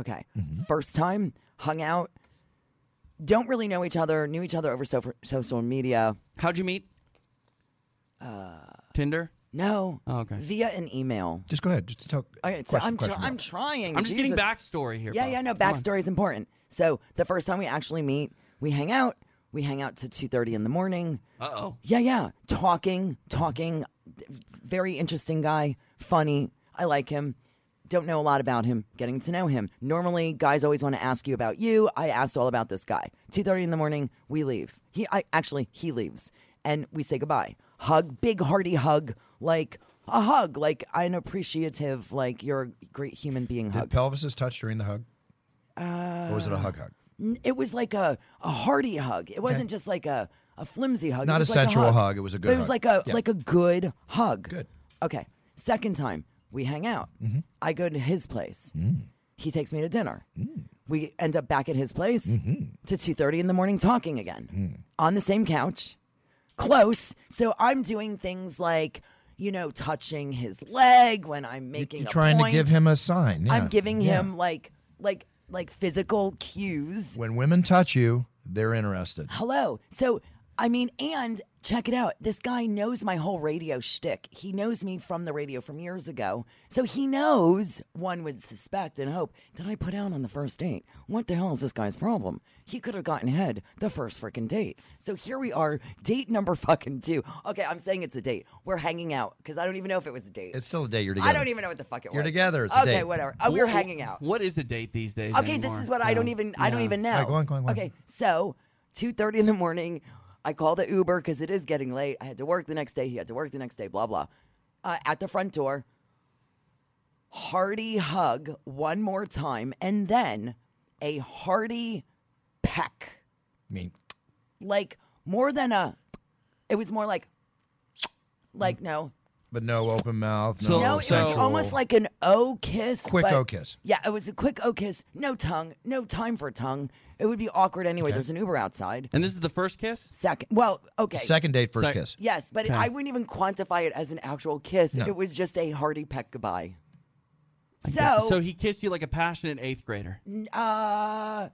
S9: Okay.
S4: Mm-hmm.
S9: First time, hung out, don't really know each other, knew each other over so- social media. Uh,
S4: How'd you meet? Tinder.
S9: No.
S4: Oh, okay.
S9: Via an email.
S7: Just go ahead. Just tell.
S9: Okay, so
S7: question,
S9: I'm, tr-
S7: question,
S9: I'm
S7: Bob.
S9: trying.
S4: I'm just getting
S9: Jesus.
S4: backstory here.
S9: Yeah,
S4: Bob.
S9: yeah, no,
S4: Come on.
S9: backstory is important. So the first time we actually meet, we hang out. We hang out to 2.30 in the morning.
S4: Uh-oh.
S9: Yeah, yeah. Talking, talking. Very interesting guy. Funny. I like him. Don't know a lot about him. Getting to know him. Normally, guys always want to ask you about you. I asked all about this guy. 2.30 in the morning, we leave. He, I, actually, he leaves. And we say goodbye. Hug, big hearty hug. Like a hug. Like an appreciative, like you're a great human being hug.
S7: Did pelvises touch during the hug? Uh, or was it a hug hug?
S9: N- It was like a, a hearty hug. It wasn't just like a, a flimsy hug. It
S7: Not
S9: was
S7: a
S9: like
S7: sensual
S9: hug.
S7: hug. It was a good
S9: But it was
S7: hug.
S9: like a
S7: Yeah.
S9: like a good hug.
S7: Good. Mm-hmm.
S9: Okay. Second time we hang out. I go to his place.
S7: Mm.
S9: He takes me to dinner. We end up back at his place
S7: Mm-hmm.
S9: to two thirty in the morning talking again
S7: Mm.
S9: on the same couch close. So I'm doing things like, you know, touching his leg when I'm making
S7: You're
S9: a
S7: trying to
S9: point.
S7: give him a sign. yeah.
S9: I'm giving
S7: Yeah.
S9: him like like like physical cues.
S7: When women touch you, they're interested.
S9: Hello. So I mean, and check it out. This guy knows my whole radio shtick. He knows me from the radio from years ago. So he knows one would suspect and hope that I put out on the first date. What the hell is this guy's problem? He could have gotten head the first freaking date. So here we are, date number fucking two. Okay, I'm saying it's a date. We're hanging out because I don't even know if it was a date.
S7: It's still a day you're together.
S9: I don't even know what the fuck it was.
S7: You're together, it's a
S9: okay,
S7: date.
S9: whatever. Oh, we're
S4: Wh-
S9: hanging out.
S4: What is a date these days?
S9: Okay,
S4: anymore? Um,
S9: this is what I don't
S4: Yeah.
S9: even I don't
S4: Yeah.
S9: even know.
S7: All right, go on, go on, go on.
S9: Okay, so two thirty in the morning, I call the Uber because it is getting late. I had to work the next day. He had to work the next day. Blah blah. Uh, at the front door, hearty hug one more time, and then a hearty peck.
S7: I mean,
S9: Like more than a, it was more like, like no,
S7: but no open mouth. No,
S4: So-
S9: no, it was
S4: sensual.
S9: almost like an O kiss.
S7: Oh. Quick
S9: but-
S7: O kiss.
S9: Yeah, it was a quick O kiss. No tongue, no time for tongue. It would be awkward anyway. There's an Uber outside.
S4: And this is the first kiss.
S9: Second, well, okay.
S7: second date, first
S4: Sec-
S7: kiss.
S9: Yes, but it, I wouldn't even quantify it as an actual kiss.
S7: No.
S9: It was just a hearty peck goodbye. So,
S4: Yeah.
S9: Oh.
S4: So he kissed you like a passionate eighth grader.
S9: uh,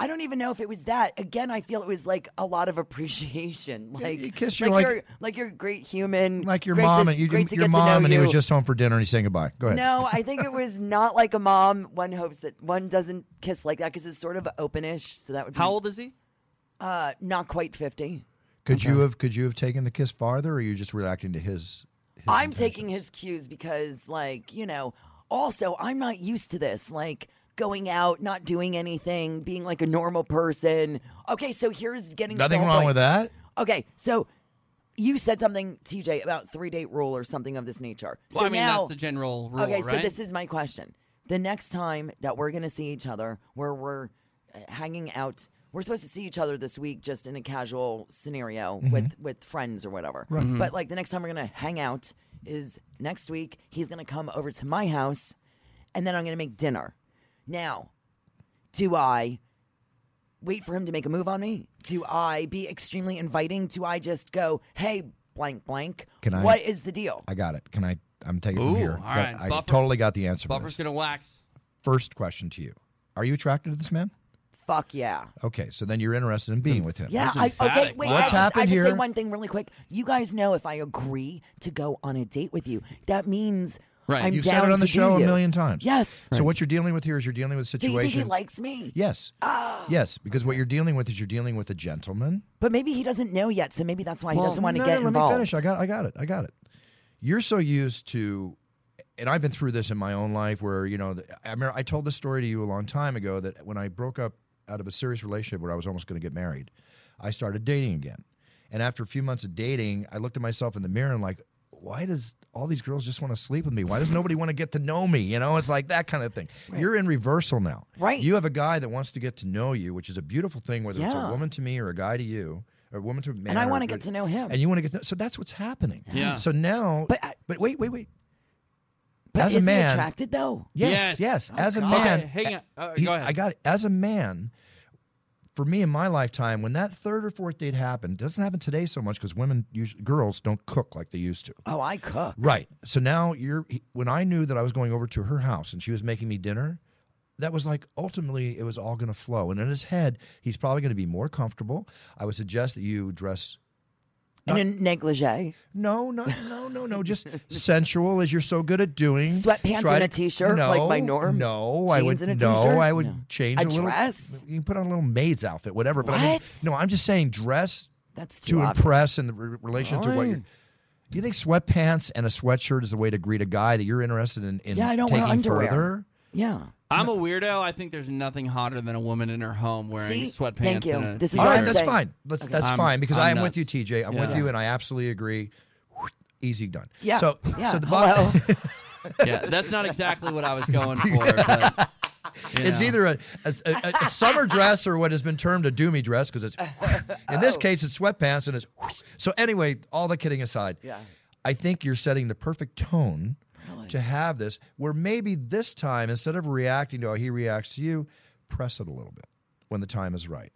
S9: I don't even know if it was that. Again, I feel it was like a lot of appreciation. Like
S7: he kissed you
S9: like,
S7: like-
S9: you're like you're a great human,
S7: Like your
S9: Mm, great
S7: mom,
S9: to, s-
S7: and you,
S9: great to
S7: your
S9: get to know
S7: mom, and he was
S9: you.
S7: just home for dinner, and he's saying goodbye. Go ahead.
S9: No, I think it was not like a mom. One hopes that one doesn't kiss like that because it's sort of openish. So that would be
S4: How old is he?
S9: Uh, not quite fifty.
S7: Could you have? Could you have taken the kiss farther, or are you just reacting to his? his
S9: I'm
S7: intention?
S9: taking his cues because, like, you know, also I'm not used to this. Like going out, not doing anything, being like a normal person. Okay, so here's getting to the
S7: Nothing
S9: whole
S7: wrong
S9: point.
S7: with that.
S9: Okay, so. You said something, TJ, about three date rule or something of this nature.
S4: Well,
S9: so
S4: I mean
S9: now,
S4: that's the general rule,
S9: Okay,
S4: right?
S9: so this is my question. The next time that we're going to see each other, where we're uh, hanging out, we're supposed to see each other this week just in a casual scenario
S7: Mm-hmm.
S9: with with friends or whatever. But like the next time we're going to hang out is next week. He's going to come over to my house and then I'm going to make dinner. Now, do I wait for him to make a move on me? Do I be extremely inviting? Do I just go, "Hey, blank blank,
S7: Can I-
S9: what is the deal?"
S7: I got it. Can I? I'm taking it
S4: Ooh,
S7: from here.
S4: all
S7: Got-
S4: right.
S7: I
S4: Buffer-
S7: totally got the answer. for
S4: Buffer's
S7: this.
S4: gonna wax.
S7: First question to you: Are you attracted to this man?
S9: Fuck yeah.
S7: Okay, so then you're interested in being with him.
S9: Yeah,
S4: That's
S9: I, okay.
S4: emphatic.
S9: Wait,
S4: Wow.
S9: I
S4: What's
S9: just,
S7: happened
S9: I have to
S7: here-
S9: say one thing really quick. You guys know if I agree to go on a date with you, that means
S4: Right,
S9: I'm
S7: You've
S9: down
S7: said it on
S9: to
S7: the
S9: do
S7: show a
S9: you.
S7: million times.
S9: Yes.
S7: So what you're dealing with here is you're dealing with a
S9: Do
S7: situation.
S9: you think he likes me?
S7: Yes. yes, because what you're dealing with is you're dealing with a gentleman.
S9: But maybe he doesn't know yet, so maybe that's why he
S4: Well,
S9: doesn't want to
S7: no,
S9: get
S7: no, let
S9: involved.
S7: me finish. I got, I got it. I got it. You're so used to, and I've been through this in my own life where you know, the- I remember I told this story to you a long time ago that when I broke up out of a serious relationship where I was almost going to get married, I started dating again, and after a few months of dating, I looked at myself in the mirror and like. Why does all these girls just want to sleep with me? Why does nobody want to get to know me? You know, it's like that kind of thing. You're in reversal now.
S9: Right.
S7: You have a guy that wants to get to know you, which is a beautiful thing, whether it's a
S9: Yeah.
S7: woman to me or a guy to you, or a woman to a man.
S9: I
S7: or-
S9: wanna get to know him.
S7: And you want to get to, so that's what's happening.
S4: Yeah.
S7: So now,
S9: But I-
S7: but wait, wait, wait.
S9: but
S7: as a
S9: isn't he
S7: man-
S9: attracted though?
S7: Yes, yes.
S4: Yes. Oh
S7: as a
S4: Okay,
S7: man,
S4: hang on. Uh,
S7: he-
S4: go ahead.
S7: I got it. As a man, for me in my lifetime, when that third or fourth date happened, it doesn't happen today so much because women, usually, girls, don't cook like they used to.
S9: Oh, I cook.
S7: Right. So now you're he- when I knew that I was going over to her house and she was making me dinner, that was like ultimately it was all going to flow. And in his head, he's probably going to be more comfortable. I would suggest that you dress
S9: and a negligee.
S7: No, no, no, no, no. Just sensual, as you're so good at doing.
S9: Sweatpants
S7: Try
S9: and
S7: to-
S9: a t-shirt,
S7: no,
S9: like my norm.
S7: No, I
S9: Jeans
S7: would.
S9: and a
S7: no,
S9: t-shirt?
S7: I would
S9: No.
S7: change
S9: A
S7: little.
S9: dress?
S7: You can put on a little maid's outfit, whatever. But I mean,
S9: What?
S7: no, I'm just saying dress
S9: That's too
S7: to
S9: obvious.
S7: impress in the re- relation to what you're.
S9: Fine.
S7: You think sweatpants and a sweatshirt is the way to greet a guy that you're interested in, in
S9: Yeah, I don't wear
S7: taking
S9: underwear.
S7: further?
S9: Yeah.
S4: I'm a weirdo. I think there's nothing hotter than a woman in her home wearing
S9: See?
S4: sweatpants.
S9: Thank you.
S4: and a
S9: This is
S7: All
S9: what
S7: right,
S9: I'm
S7: that's
S9: saying.
S7: fine. Let's, That's
S4: I'm-
S7: fine because
S4: I'm
S7: I'm, with you,
S4: nuts.
S7: TJ. I'm with
S4: Yeah.
S7: you, and I absolutely agree. Easy done.
S9: Yeah.
S7: So,
S9: yeah.
S7: so the bottom.
S9: Hello.
S4: yeah, that's not exactly what I was going for. But, you
S7: It's
S4: know.
S7: either a, a, a, a summer dress or what has been termed a doomy dress because it's, in
S4: Oh.
S7: this case, it's sweatpants and it's. So, anyway, all the kidding aside, yeah. I think you're setting the perfect tone to have this where maybe this time, instead of reacting to how he reacts to you, press it a little bit when the time is right.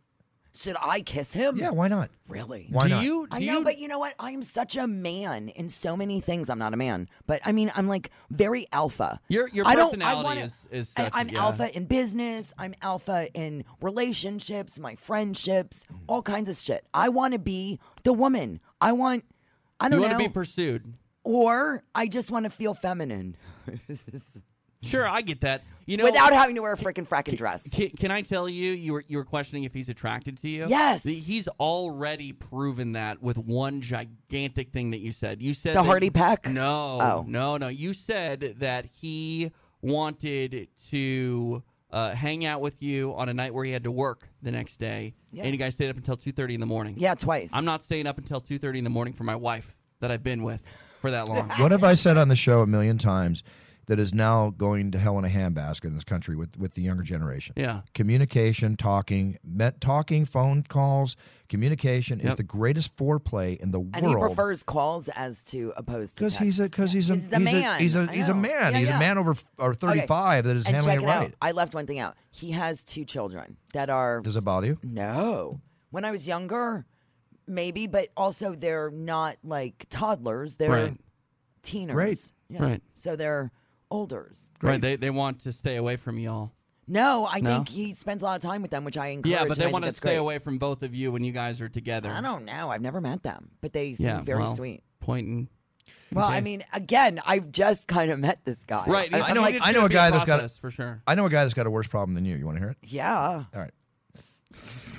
S9: Should I kiss him?
S7: Yeah, why not?
S9: Really?
S7: Why
S4: Um, do
S7: not?
S4: you? Do
S9: I
S4: you?
S9: know, but you know what? I'm such a man in so many things. I'm not a man, but I mean, I'm like very alpha.
S4: Your- your
S9: I don't- I
S4: personality
S9: wanna-
S4: is- is
S9: I-
S4: such a-
S9: I'm
S4: yeah.
S9: alpha in business. I'm alpha in relationships, my friendships, all kinds of shit. I want to be the woman. I want. I
S4: you
S9: don't
S4: want
S9: know.
S4: to be pursued?
S9: or I just want to feel feminine This is-
S4: Sure, I get that. You know,
S9: without having to wear a frickin' frackin' dress.
S4: Can, can I tell you? You were you were questioning if he's attracted to you.
S9: Yes.
S4: The- he's already proven that with one gigantic thing that you said. You said
S9: The
S4: that-
S9: Hardy Pack?
S4: No,
S9: Oh.
S4: no, no. You said that he wanted to uh, hang out with you on a night where he had to work the next day,
S9: Yeah.
S4: and you guys stayed up until two thirty in the morning.
S9: yeah, twice.
S4: I'm not staying up until two thirty in the morning for my wife that I've been with for that long.
S7: What have I said on the show a million times that is now going to hell in a handbasket in this country with, with the younger generation?
S4: Yeah.
S7: Communication, talking, met talking, phone calls, communication is
S4: Yep.
S7: the greatest foreplay in the
S9: and he
S7: world.
S9: prefers calls as to opposed to
S7: because he's a
S9: text.
S7: because he's a
S9: He's a man.
S7: he's a
S9: I
S7: he's a
S9: know.
S7: man
S9: Yeah,
S7: he's
S9: yeah.
S7: a man over f- or
S9: Okay.
S7: thirty five that is
S9: and
S7: handling
S9: check
S7: it
S9: it out.
S7: right.
S9: I left one thing out. He has two children that are
S7: Does it bother you?
S9: no. When I was younger, maybe, but also they're not like toddlers. They're
S4: Right.
S9: teeners.
S7: Great.
S9: Yeah.
S4: Right.
S9: So they're olders.
S4: Right? They they want to stay away from y'all.
S9: No, I
S4: No?
S9: think he spends a lot of time with them, which I encourage.
S4: Yeah, but
S9: and I
S4: they
S9: think
S4: want to
S9: that's
S4: stay
S9: great.
S4: away from both of you when you guys are together.
S9: I don't know. I've never met them, but they seem very
S4: well,
S9: sweet.
S4: Pointing.
S9: Well, I mean, again, I've just kind of met this guy.
S4: Right.
S9: I-
S4: it's-
S7: know-
S4: mean, it's
S7: I know
S4: gonna
S7: a
S4: be
S7: guy that's got a-
S4: process, for sure.
S7: I know a guy that's got a worse problem than you. You want to hear it?
S9: yeah.
S7: All right.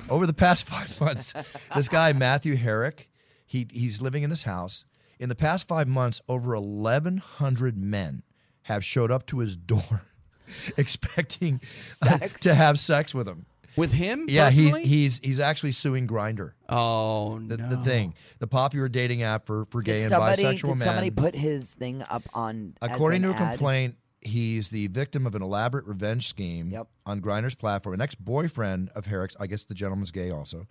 S7: Over the past five months, this guy Matthew Herrick, he he's living in his house. In the past five months, over eleven hundred men have showed up to his door, expecting uh, to have sex with him.
S4: With him?
S7: Yeah, he,
S4: personally?
S7: he's he's actually suing Grinder,
S4: Oh
S7: the,
S4: no.
S7: the thing, the popular dating app for for gay
S9: Did
S7: and
S9: somebody,
S7: bisexual
S9: did
S7: men.
S9: somebody put his thing up on? as
S7: According
S9: an
S7: to a
S9: ad?
S7: complaint, he's the victim of an elaborate revenge scheme
S9: Yep.
S7: on Grinder's platform. An ex-boyfriend of Herrick's, I guess the gentleman's gay also,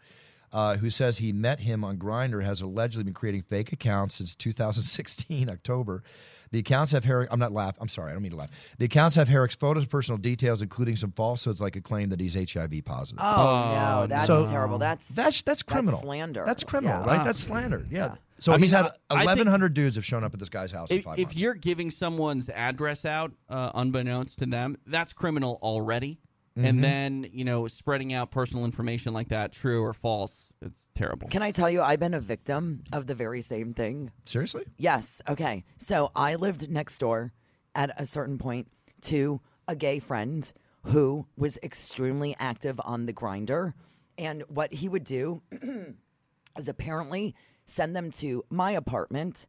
S7: uh, who says he met him on Grinder has allegedly been creating fake accounts since 2016 October. The accounts have Herrick. I'm not laugh. I'm sorry. I don't mean to laugh. The accounts have Herrick's photos, and personal details, including some falsehoods like a claim that he's HIV positive.
S9: Oh, no, that's
S7: So-
S9: terrible. That's
S7: That's that's criminal.
S9: slander.
S7: That's criminal,
S9: Yeah.
S7: right? That's slander. Yeah. So
S4: I mean,
S7: he's had
S4: I- I think-
S7: 1,100 dudes have shown up at this guy's house. in
S4: If,
S7: five
S4: if
S7: months.
S4: you're giving someone's address out uh, unbeknownst to them, that's criminal already.
S7: Mm-hmm.
S4: And then you know, spreading out personal information like that, true or false, it's terrible.
S9: Can I tell you? I've been a victim of the very same thing.
S7: seriously,
S9: Yes. Okay. So I lived next door at a certain point to a gay friend who was extremely active on the grinder. And what he would do is apparently send them to my apartment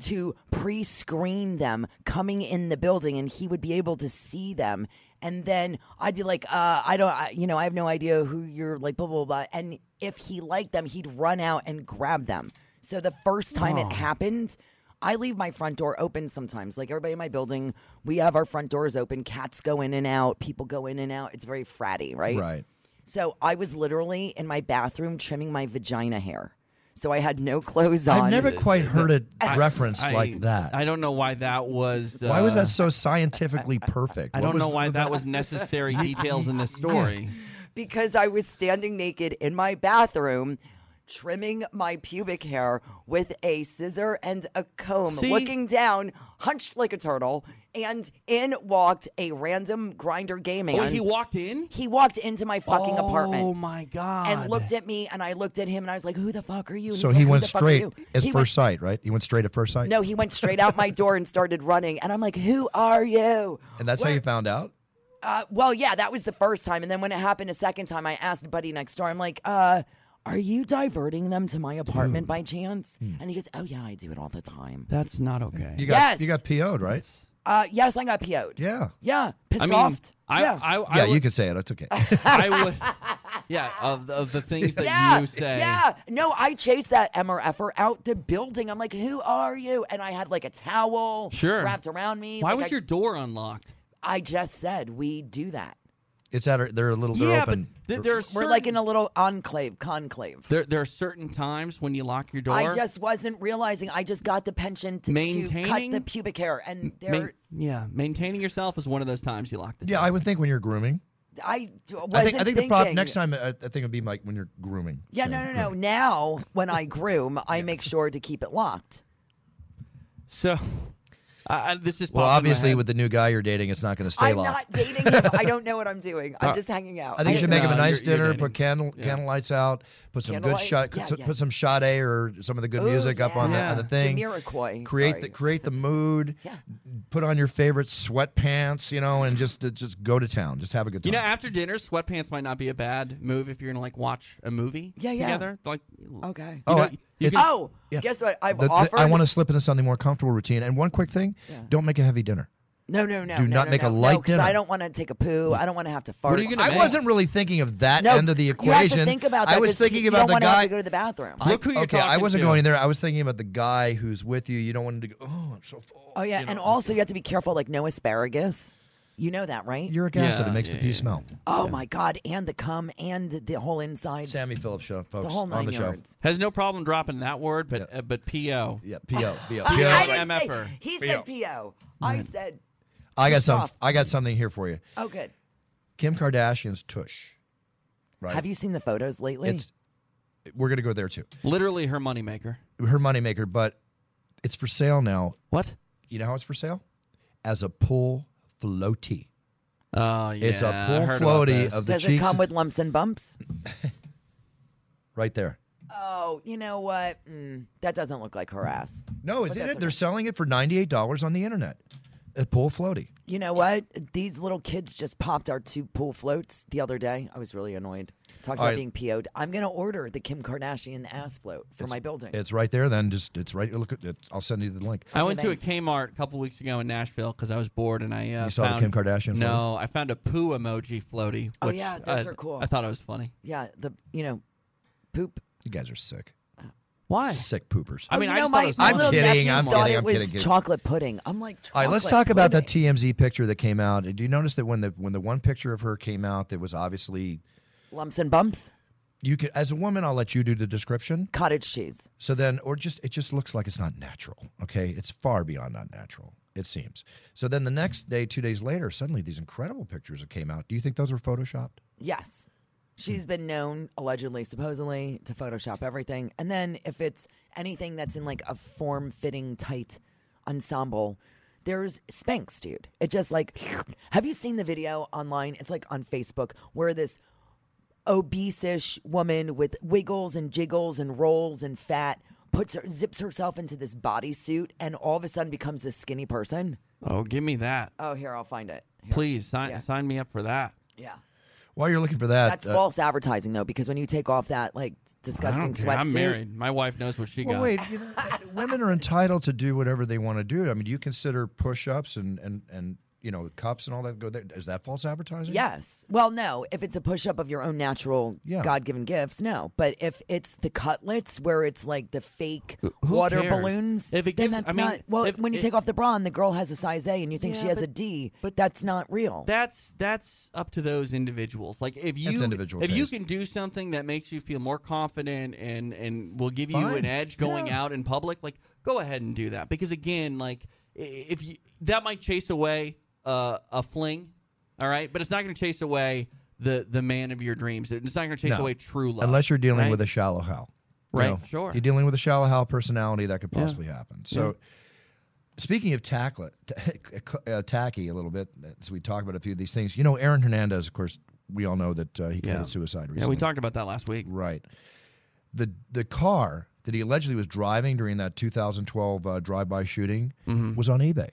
S9: to pre screen them coming in the building and he would be able to see them. And then I'd be like, uh, I don't, I, you know, I have no idea who you're like, blah, blah, blah. And if he liked them, he'd run out and grab them. So the first time it happened, I leave my front door open sometimes. Like everybody in my building, we have our front doors open. Cats go in and out, people go in and out. It's very fratty, right?
S7: right?
S9: So I was literally in my bathroom trimming my vagina hair. So I had no clothes on.
S7: I've never quite heard a reference
S4: I-
S7: like that.
S4: I don't know why that was. Uh,
S7: why was that so scientifically perfect?
S4: I
S7: What
S4: don't
S7: was
S4: know why
S7: the-
S4: that was necessary details in the story.
S9: because I was standing naked in my bathroom trimming my pubic hair with a scissor and a comb, looking down, hunched like a turtle, and in walked a random grinder game man.
S4: Oh, he walked in?
S9: He walked into my fucking apartment.
S4: Oh my god!
S9: And looked at me, and I looked at him, and I was like, "Who the fuck are you?" And
S7: So
S9: he's
S7: he
S9: like, "Who
S7: went
S9: the fuck are
S7: straight
S9: you?"
S7: as
S9: He
S7: first
S9: went-
S7: sight, right? He went straight at first sight.
S9: No, he went straight out my door and started running, and I'm like, "Who are you?"
S7: and that's how you found out.
S9: Uh, well, yeah, that was the first time, and then when it happened a second time, I asked Buddy next door. I'm like, uh, "Are you diverting them to my apartment by chance?"
S7: Hmm.
S9: And he goes, "Oh yeah, I do it all the time."
S4: That's not okay.
S7: You got
S9: Yes.
S7: you got PO'd, right?
S9: Uh, yes, I got PO'd.
S7: Yeah.
S9: yeah, pissed
S4: I mean,
S9: off.
S4: I,
S9: yeah.
S4: I, I,
S7: yeah,
S4: would,
S7: you can say it. It's okay.
S4: I would. Yeah, of, the- of the things that
S9: yeah,
S4: you say.
S9: yeah. No, I chased that Emmer effer out the building. I'm like, "Who are you?" And I had like a towel
S4: Sure.
S9: wrapped around me.
S4: Why
S9: Like,
S4: was
S9: I-
S4: your door unlocked?
S9: I just said we do that.
S7: It's at her, they're a little they're
S4: yeah,
S7: open.
S4: but th- there are certain,
S9: We're like in a little enclave, conclave.
S4: there, there are certain times when you lock your door.
S9: I just wasn't realizing. I just got the pension to, to cut
S4: Maintaining-
S9: the pubic hair, and there,
S4: Main- yeah, maintaining yourself is one of those times you lock the
S7: yeah,
S4: door.
S7: I would think when you're grooming.
S9: I d- wasn't
S7: I think I think the problem
S9: thinking.
S7: next time I, I think it'd be like when you're grooming.
S9: Yeah, no, no, no. Now when I groom, I make sure to keep it locked.
S4: So, I, I, this is
S7: Well, obviously with the new guy you're dating, it's not going to stay
S9: I'm
S7: locked. Uh,
S9: not dating him. I don't know what I'm doing. I'm just hanging out.
S7: I think you should make him a
S4: No,
S7: nice
S4: you're- you're
S7: dinner,
S4: dating.
S7: put candle candle lights out, put some
S9: Candlelight?
S7: good shot,
S9: Yeah,
S7: put,
S9: yeah.
S7: put some Sade or some of the good music up on the,
S4: yeah.
S7: on the thing.
S9: Jamiroquai,
S7: Create
S9: sorry.
S7: the create the mood.
S9: Yeah.
S7: Put on your favorite sweatpants, you know, and just just go to town. Just have a good time.
S4: You know, after dinner, sweatpants might not be a bad move if you're gonna like watch a movie
S9: Yeah, yeah.
S4: together. Like,
S9: Okay.
S4: You know,
S7: I-
S4: you
S7: it's-
S4: can-
S9: Oh,
S7: Yeah.
S9: guess what? I've
S7: The- the-
S9: offered.
S7: I want to slip into something more comfortable routine. And one quick thing: don't make a heavy dinner.
S9: No, no, no.
S7: Do
S9: no,
S7: not
S9: no,
S7: make a
S9: no, no,
S7: light
S9: 'cause
S7: dinner.
S9: I don't want to take a poo. I don't want to have to fart.
S4: are you gonna
S7: I
S4: make-
S7: wasn't really thinking of that
S9: No,
S7: end of the
S9: You
S7: equation.
S9: have to think about that
S7: I was
S9: 'cause you-
S7: thinking
S9: you
S7: about
S9: don't
S7: the
S9: wanna
S7: guy.
S9: Have to go to the bathroom.
S7: I-
S4: Look who you're
S7: okay, I
S4: talking
S7: wasn't
S4: to.
S7: going there. I was thinking about the guy who's with you. You don't want him to go. Oh, I'm so full.
S9: oh yeah, and also you have to be careful. Like no asparagus. You know that, right?
S7: Uric acid.
S4: Yeah,
S7: it makes
S4: yeah,
S7: the pee
S4: yeah,
S7: smell.
S9: oh my god, and the cum and the whole inside,
S7: Sammy Phillips show, folks,
S9: the whole nine
S7: on the
S9: yards.
S4: has no problem dropping that word, but uh, but po.
S7: show. Yeah, PO, PO.
S9: I-
S4: Yeah.
S9: I,
S7: PO.
S9: didn't say-
S4: MFR.
S9: he said PO. I
S7: Mm.
S9: said,
S7: I got some.
S9: off.
S7: I got something here for you.
S9: oh, good.
S7: Kim Kardashian's tush. Right.
S9: Have you seen the photos lately?
S7: It's. We're gonna go there too.
S4: Literally her moneymaker.
S7: Her moneymaker, but it's for sale now.
S4: What?
S7: You know how it's for sale? As a pool floaty.
S4: Oh yeah,
S7: It's
S4: I
S7: a
S4: heard
S7: pool
S4: about
S7: floaty
S4: this.
S7: of the
S9: Does it
S7: cheeks
S9: come with lumps and bumps?
S7: right there.
S9: Oh, you know what? Mm, that doesn't look like her ass.
S7: No, it's in
S9: that's
S7: it. They're selling it for ninety eight dollars on the internet. A pool floaty.
S9: You know what? These little kids just popped our two pool floats the other day. I was really annoyed. Talks
S7: All right.
S9: about being PO'd. I'm going to order the Kim Kardashian ass float for my building.
S7: It's right there. Then just it's right. Look at it. I'll send you the link.
S4: I went to a
S9: thanks.
S4: Kmart a couple weeks ago in Nashville because I was bored and I uh,
S7: You saw the
S4: found,
S7: Kim Kardashian
S4: No, I found a poo emoji floaty.
S9: Oh,
S4: which
S9: yeah, those
S4: I-
S9: are cool.
S4: I thought it was funny.
S9: yeah, the, you know, poop.
S7: You guys are sick.
S4: Why?
S7: Sick poopers.
S4: I mean,
S9: Oh, you
S4: I
S9: know,
S4: just
S9: my,
S4: thought it was
S9: my
S4: funny.
S9: little
S7: kidding,
S9: nephew
S7: I'm
S9: thought
S7: kidding,
S9: it
S7: I'm
S9: was
S7: kidding, kidding.
S9: chocolate pudding. I'm like,
S7: All right, let's talk
S9: chocolate
S7: about that
S9: pudding.
S7: TMZ picture that came out. Do you notice that when the when the one picture of her came out, that was obviously
S9: lumps and bumps,
S7: you could as a woman, I'll let you do the description.
S9: cottage cheese.
S7: So then, or just it just looks like it's not natural. Okay, it's far beyond not natural. It seems. So then the next day, two days later, suddenly these incredible pictures that came out. Do you think those were photoshopped?
S9: Yes. She's been known, allegedly, supposedly, to Photoshop everything. And then if it's anything that's in like a form fitting, tight ensemble, there's Spanx, dude. It just like, have you seen the video online? It's like on Facebook where this obese ish woman with wiggles and jiggles and rolls and fat puts her, zips herself into this bodysuit and all of a sudden becomes this skinny person.
S4: Oh, give me that,
S9: Oh, here, I'll find it. Here.
S4: please. Sign,
S9: Yeah.
S4: sign me up for that.
S9: Yeah.
S7: While you're looking for that,
S9: That's
S7: uh,
S9: false advertising, though, because when you take off that like
S4: I
S9: disgusting
S4: don't care.
S9: sweatsuit,
S4: I'm married. My wife knows what she
S7: Well,
S4: got.
S7: wait. You know, uh, women are entitled to do whatever they want to do. I mean, do you consider push-ups and and and you know cups and all that go there? Is that false advertising?
S9: yes. Well, no. If it's a push up of your own natural
S7: Yeah.
S9: God given gifts, no. But if it's the cutlets where it's like the fake
S4: who
S9: water
S4: cares?
S9: balloons,
S4: If it
S9: then
S4: gives-
S9: that's
S4: I mean,
S9: not. Well,
S4: if
S9: when you
S4: it-
S9: take off the bra and the girl has a size A and you think she
S4: Yeah,
S9: has a
S4: but-
S9: D,
S4: but-
S9: that's not real.
S4: That's that's up to those individuals. Like if you
S7: That's individual
S4: if you
S7: taste.
S4: can do something that makes you feel more confident and and will give you
S7: Fine.
S4: an edge going out in public, like go ahead and do that. Because again, like i- if you that might chase away uh, a fling, all right, but it's not going to chase away the the man of your dreams. It's not going to chase
S7: No.
S4: away true love
S7: Unless you're dealing
S4: right?
S7: with a shallow hell.
S4: Right,
S7: know,
S4: sure.
S7: You're dealing with a shallow hal personality that could
S4: Yeah.
S7: possibly happen. So, speaking of tackle, uh, tacky a little bit, as we talk about a few of these things, you know, Aaron Hernandez, of course, we all know that uh, he committed
S4: Yeah.
S7: suicide recently.
S4: Yeah, we talked about that last week.
S7: Right. The the car that he allegedly was driving during that 2012 uh, drive-by shooting
S4: Mm-hmm.
S7: was on eBay.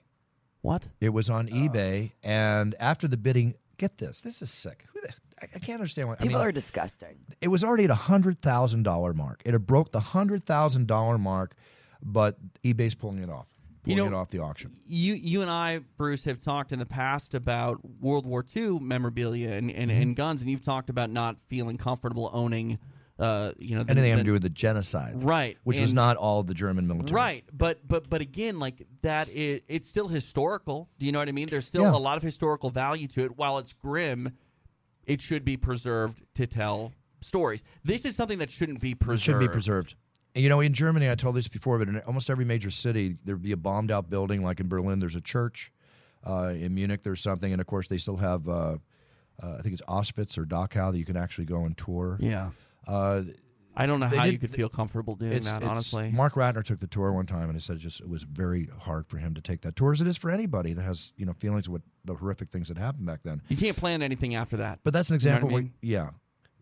S4: What?
S7: It was on
S4: Oh.
S7: eBay, and after the bidding, get this, this is sick. Who the, I, I can't understand why. I
S9: People
S7: mean,
S9: are disgusting. Oh,
S7: it was already at a hundred thousand dollar mark. It had broke the hundred thousand dollar mark, but eBay's pulling it off,
S4: You
S7: pulling
S4: know-
S7: it off the auction.
S4: You you and I, Bruce, have talked in the past about World War II memorabilia and, and,
S7: Mm-hmm.
S4: and guns, and you've talked about not feeling comfortable owning, uh, you know, the,
S7: Anything
S4: the,
S7: having to do with the genocide,
S4: Right,
S7: Which was
S4: and-
S7: not all of the German military,
S4: Right, but but but again, like that is it's still historical. Do you know what I mean? There's still
S7: Yeah.
S4: a lot of historical value to it. While it's grim, it should be preserved to tell stories. This is something that shouldn't be preserved.
S7: Should be preserved. And, you know, in Germany, I told this before, but in almost every major city, there'd be a bombed out building. Like in Berlin, there's a church. Uh, in Munich, there's something, and of course, they still have. Uh, uh, I think it's Auschwitz or Dachau that you can actually go and tour.
S4: Yeah,
S7: Uh,
S4: I don't know
S7: They
S4: how
S7: did-
S4: you could feel comfortable doing
S7: it's-
S4: that.
S7: it's-
S4: honestly,
S7: Mark Ratner took the tour one time, and he said just it was very hard for him to take that tour, as it is for anybody that has you know feelings of what the horrific things that happened back then.
S4: you can't plan anything after that.
S7: But that's an
S4: You know what I
S7: example.
S4: mean?
S7: where, yeah,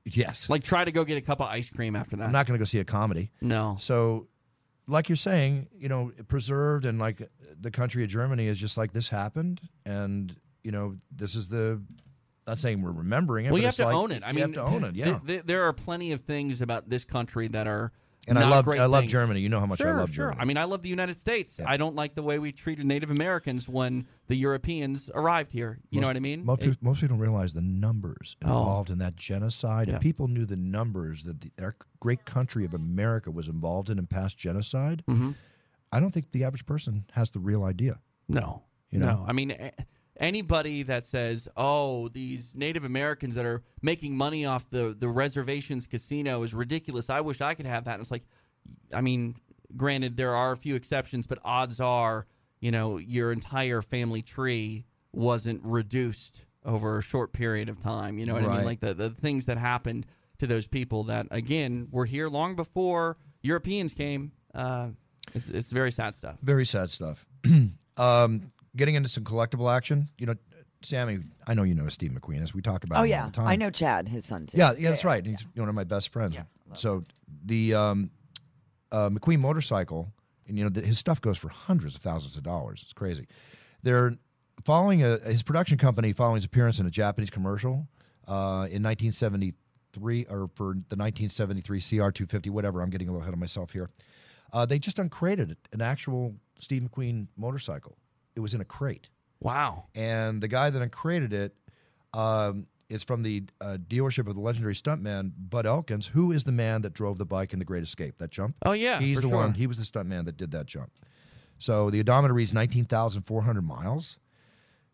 S7: yes.
S4: Like try to go get a cup of ice cream after that.
S7: I'm not going to go see a comedy.
S4: no.
S7: So, like you're saying, you know, preserved and like the country of Germany is just like this happened, and you know, this is the. Not saying we're remembering it.
S4: Well,
S7: but
S4: you have
S7: it's
S4: to
S7: like-
S4: own it. I
S7: you
S4: mean,
S7: have to own it.
S4: th-
S7: Yeah.
S4: th- there are plenty of things about this country that are.
S7: and I
S4: not
S7: love
S4: great
S7: I love
S4: things.
S7: Germany. You know how much
S4: sure,
S7: I love
S4: sure.
S7: Germany.
S4: I mean, I love the United States. I don't like the way we treated Native Americans when the Europeans arrived here. You know what I mean?
S7: Most,
S4: It- Oh.
S7: people, most people don't realize the numbers involved in that genocide.
S4: Yeah.
S7: If people knew the numbers that the, our great country of America was involved in in past genocide,
S4: Mm-hmm.
S7: I don't think the average person has the real idea.
S4: no,
S7: You
S4: no.
S7: know?
S4: I mean, a- anybody that says, "Oh, these Native Americans that are making money off the the reservations casino is ridiculous. I wish I could have that." And it's like, I mean, granted, there are a few exceptions, but odds are, you know, your entire family tree wasn't reduced over a short period of time. You know what I mean?
S7: Right.
S4: Like the, the things that happened to those people that, again, were here long before Europeans came. Uh, it's, it's very sad stuff.
S7: Very sad stuff. um, getting into some collectible action, you know, Sammy, I know you know Steve McQueen as we talk about.
S9: Oh
S7: him all
S9: yeah,
S7: the time.
S9: I know Chad, his son too.
S7: Yeah, yeah, that's right. He's one of my best friends. so the um, uh, McQueen motorcycle, and you know, th his stuff goes for hundreds of thousands of dollars. It's crazy. They're following a, his production company following his appearance in a Japanese commercial uh, in 1973 or for the 1973 CR250, whatever. I'm getting a little ahead of myself here. Uh, they just uncrated an actual Steve McQueen motorcycle. It was in a crate
S4: Wow.
S7: and the guy that created it um, is from the uh, dealership of the legendary stuntman Bud Elkins, who is the man that drove the bike in The Great Escape, that jump.
S4: Oh, yeah,
S7: he's
S4: for
S7: the
S4: sure.
S7: one. He was the stuntman that did that jump. So the odometer reads nineteen thousand four hundred miles.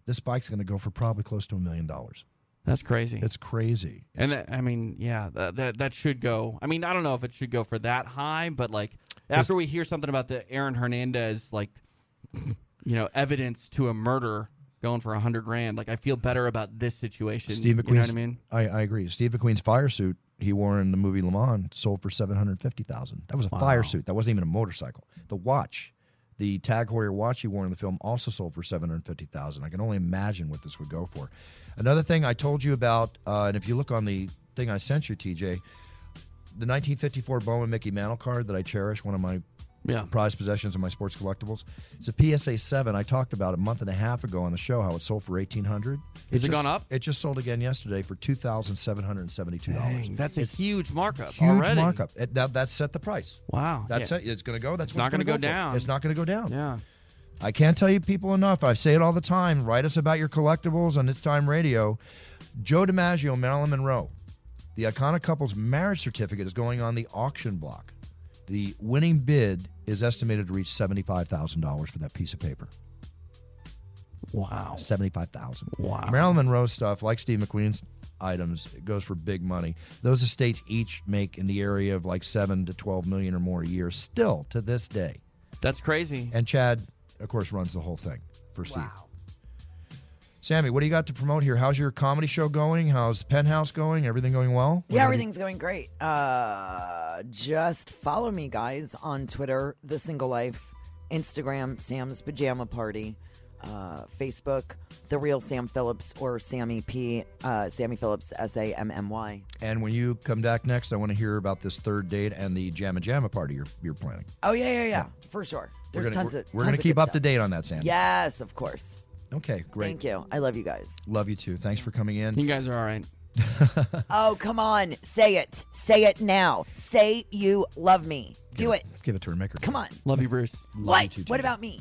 S7: This bike's going to go for probably close to a million dollars.
S4: That's crazy.
S7: It's crazy.
S4: and that, I mean, yeah, that, that that should go. I mean, I don't know if it should go for that high, but like after we hear something about the Aaron Hernandez, like you know, evidence to a murder going for a hundred grand, like I feel better about this situation.
S7: Steve McQueen.
S4: you know what I mean?
S7: I, I agree. Steve McQueen's fire suit he wore in the movie Le Mans sold for seven hundred fifty thousand. That was a fire suit. That wasn't even a motorcycle. The watch, the Tag Heuer watch he wore in the film, also sold for seven hundred fifty thousand. I can only imagine what this would go for. Another thing I told you about, uh, and if you look on the thing I sent you, TJ, the 1954 Bowman Mickey Mantle card that I cherish, one of my
S4: Yeah.
S7: prized possessions of my sports collectibles. It's a PSA 7. I talked about a month and a half ago on the show how it sold for
S4: Has
S7: 1800 It's
S4: it gone up?
S7: It just sold again yesterday for $2,772.
S4: Dang, that's a huge markup
S7: Huge
S4: already.
S7: markup. It, that, that set the price.
S4: Wow.
S7: That's
S4: Yeah.
S7: it. It's going to go. That's
S4: It's
S7: what
S4: not
S7: going to
S4: gonna go down.
S7: It's not going to go down.
S4: Yeah.
S7: I can't tell you people enough. I say it all the time. Write us about your collectibles on It's Time Radio. Joe DiMaggio, Marilyn Monroe. The iconic couple's marriage certificate is going on the auction block. The winning bid is estimated to reach $75,000 for that piece of paper.
S4: Wow.
S7: 75000
S4: Wow.
S7: Marilyn Monroe stuff, like Steve McQueen's items, it goes for big money. Those estates each make in the area of like 7 to 12 million or more a year still to this day.
S4: That's crazy.
S7: And Chad, of course, runs the whole thing for Steve.
S9: Wow.
S7: Sammy, what do you got to promote here? How's your comedy show going? How's the penthouse going? Everything going well?
S9: Yeah, everything's going great. Uh, just follow me, guys, on Twitter, The Single Life, Instagram, Sam's Pajama Party, uh, Facebook, The Real Sam Phillips, or Sammy P. Uh, Sammy Phillips, S A M M Y.
S7: And when you come back next, I want to hear about this third date and the Jamma Jamma party you're, you're planning.
S9: Oh, yeah, yeah, yeah, for sure. There's
S7: we're gonna,
S9: tons
S7: we're,
S9: of.
S7: we're
S9: tons
S7: gonna
S9: of
S7: keep
S9: good
S7: up to
S9: stuff.
S7: date on that, Sammy.
S9: Yes, of course.
S7: Okay, great.
S9: Thank you. I love you guys.
S7: Love you too. Thanks for coming in.
S4: You guys are all right.
S9: Oh, come on. Say it. Say it now. Say you love me. Do it.
S7: Give it to her. Make her
S9: Come on.
S4: Love you, Bruce.
S9: What?
S7: too,
S9: What
S7: Jimmy.
S9: about me?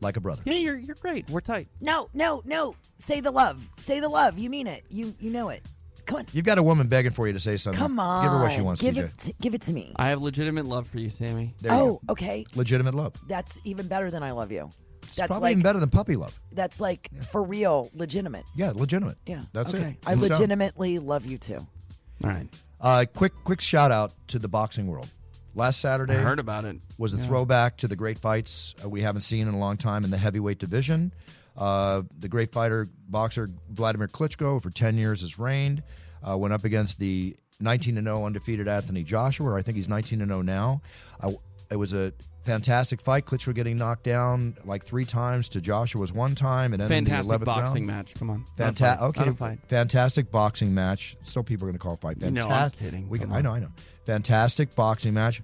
S7: like a brother.
S4: Yeah, you're you're great. We're tight.
S9: No, no, no. Say the love. Say the love. You mean it. You you know it. Come on.
S7: You've got a woman begging for you to say something.
S9: Come on.
S7: Give her what she wants,
S9: Give
S7: TJ.
S9: it to, give it to me.
S4: I have legitimate love for you, Sammy.
S7: There you
S9: Oh,
S7: go.
S9: okay.
S7: Legitimate love.
S9: That's even better than I love you.
S7: It's
S9: That's
S7: probably
S9: like
S7: even better than puppy love.
S9: that's like for real legitimate.
S7: Yeah, legitimate.
S9: Yeah.
S7: That's
S9: okay.
S7: it.
S9: I
S7: In stone.
S9: legitimately love you too.
S4: All right.
S7: Uh, quick, quick shout out to the boxing world. Last Saturday
S4: I heard about it.
S7: was a throwback to the great fights uh, we haven't seen in a long time in the heavyweight division. Uh, the great fighter boxer Vladimir Klitschko for ten years has reigned. Uh, went up against the 19 0 undefeated Anthony Joshua. Or I think he's 19 0 now. I, it was a fantastic fight. Klitschko getting knocked down like three times to Joshua's one time, and ended in the
S4: Fantastic
S7: 11th
S4: boxing
S7: round.
S4: match. Come on. Not a fight.
S7: Fantastic.
S4: Not
S7: Okay.
S4: a fight.
S7: Fantastic boxing match. Still, people are going to call it fight.
S4: No,
S7: Fantastic.
S4: I'm kidding.
S7: We can,
S4: Come
S7: I know. I know. Fantastic boxing match,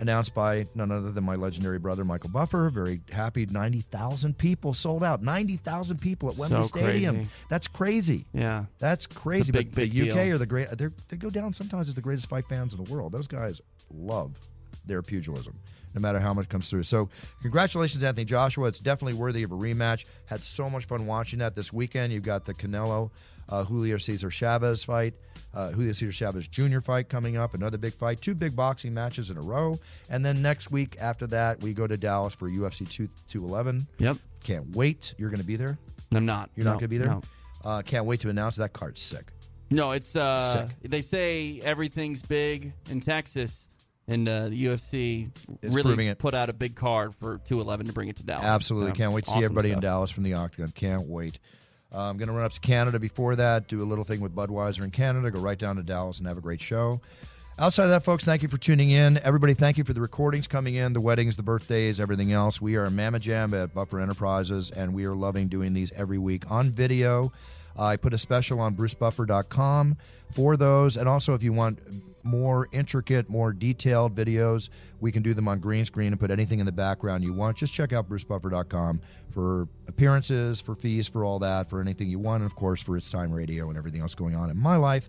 S7: announced by none other than my legendary brother Michael Buffer. Very happy. Ninety thousand people sold out. Ninety thousand people at Wembley
S4: So
S7: Stadium.
S4: crazy.
S7: That's crazy.
S4: Yeah.
S7: That's crazy.
S4: big,
S7: but
S4: big
S7: the UK
S4: deal.
S7: are the great. They they go down sometimes as the greatest fight fans in the world. Those guys love their pugilism, no matter how much comes through. So, congratulations, Anthony Joshua. It's definitely worthy of a rematch. Had so much fun watching that this weekend. You've got the Canelo, uh, Julio Cesar Chavez fight, uh, Julio Cesar Chavez Jr. fight coming up. Another big fight. Two big boxing matches in a row. And then next week after that, we go to Dallas for UFC two two eleven.
S4: Yep.
S7: Can't wait. You're going to be there.
S4: I'm not.
S7: You're
S4: No,
S7: not going to be there.
S4: No.
S7: Uh, can't wait to announce that card's sick.
S4: No, it's uh they say everything's big in Texas and uh, the UFC
S7: It's
S4: really
S7: proving it.
S4: put out a big card for 211 to bring it to Dallas.
S7: Absolutely.
S4: So,
S7: Can't wait to
S4: awesome
S7: see everybody in
S4: stuff.
S7: Dallas from the Octagon. Can't wait. Uh, I'm going to run up to Canada before that, do a little thing with Budweiser in Canada, go right down to Dallas and have a great show. Outside of that, folks, thank you for tuning in. Everybody, thank you for the recordings coming in, the weddings, the birthdays, everything else. We are Mama Jam at Buffer Enterprises, and we are loving doing these every week on video. I put a special on brucebuffer.com for those. And also, if you want more intricate, more detailed videos, we can do them on green screen and put anything in the background you want. Just check out brucebuffer.com for appearances, for fees, for all that, for anything you want. And of course, for It's Time Radio and everything else going on in my life.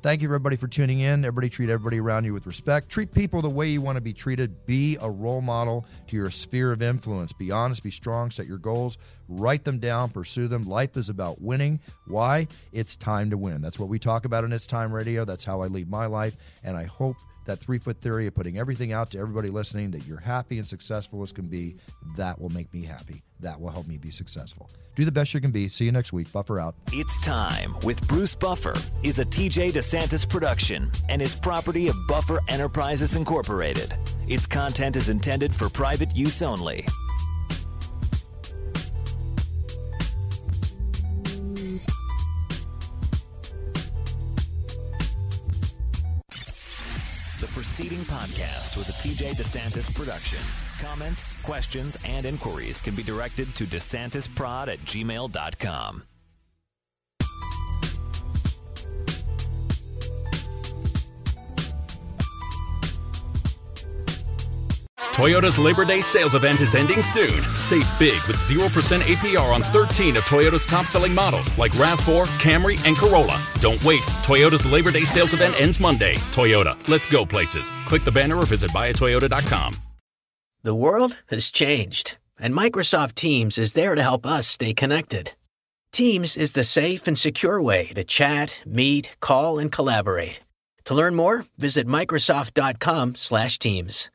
S7: Thank you, everybody, for tuning in. Everybody, treat everybody around you with respect. Treat people the way you want to be treated. Be a role model to your sphere of influence. Be honest, be strong, set your goals, write them down, pursue them. Life is about winning. Why? It's time to win. That's what we talk about in It's Time Radio. That's how I lead my life. And I hope that three foot theory of putting everything out to everybody listening that you're happy and successful as can be, that will make me happy. That will help me be successful. Do the best you can be. See you next week. Buffer out.
S3: It's Time with Bruce Buffer is a TJ DeSantis production and is property of Buffer Enterprises Incorporated. Its content is intended for private use only. The preceding podcast was a TJ DeSantis production. Comments, questions, and inquiries can be directed to DeSantisProd at gmail.com.
S10: Toyota's Labor Day sales event is ending soon. Save big with 0% APR on 13 of Toyota's top selling models like RAV4, Camry, and Corolla. Don't wait. Toyota's Labor Day sales event ends Monday. Toyota, let's go places. Click the banner or visit buyatoyota.com.
S5: The world has changed, and Microsoft Teams is there to help us stay connected. Teams is the safe and secure way to chat, meet, call, and collaborate. To learn more, visit Microsoft.com/Teams.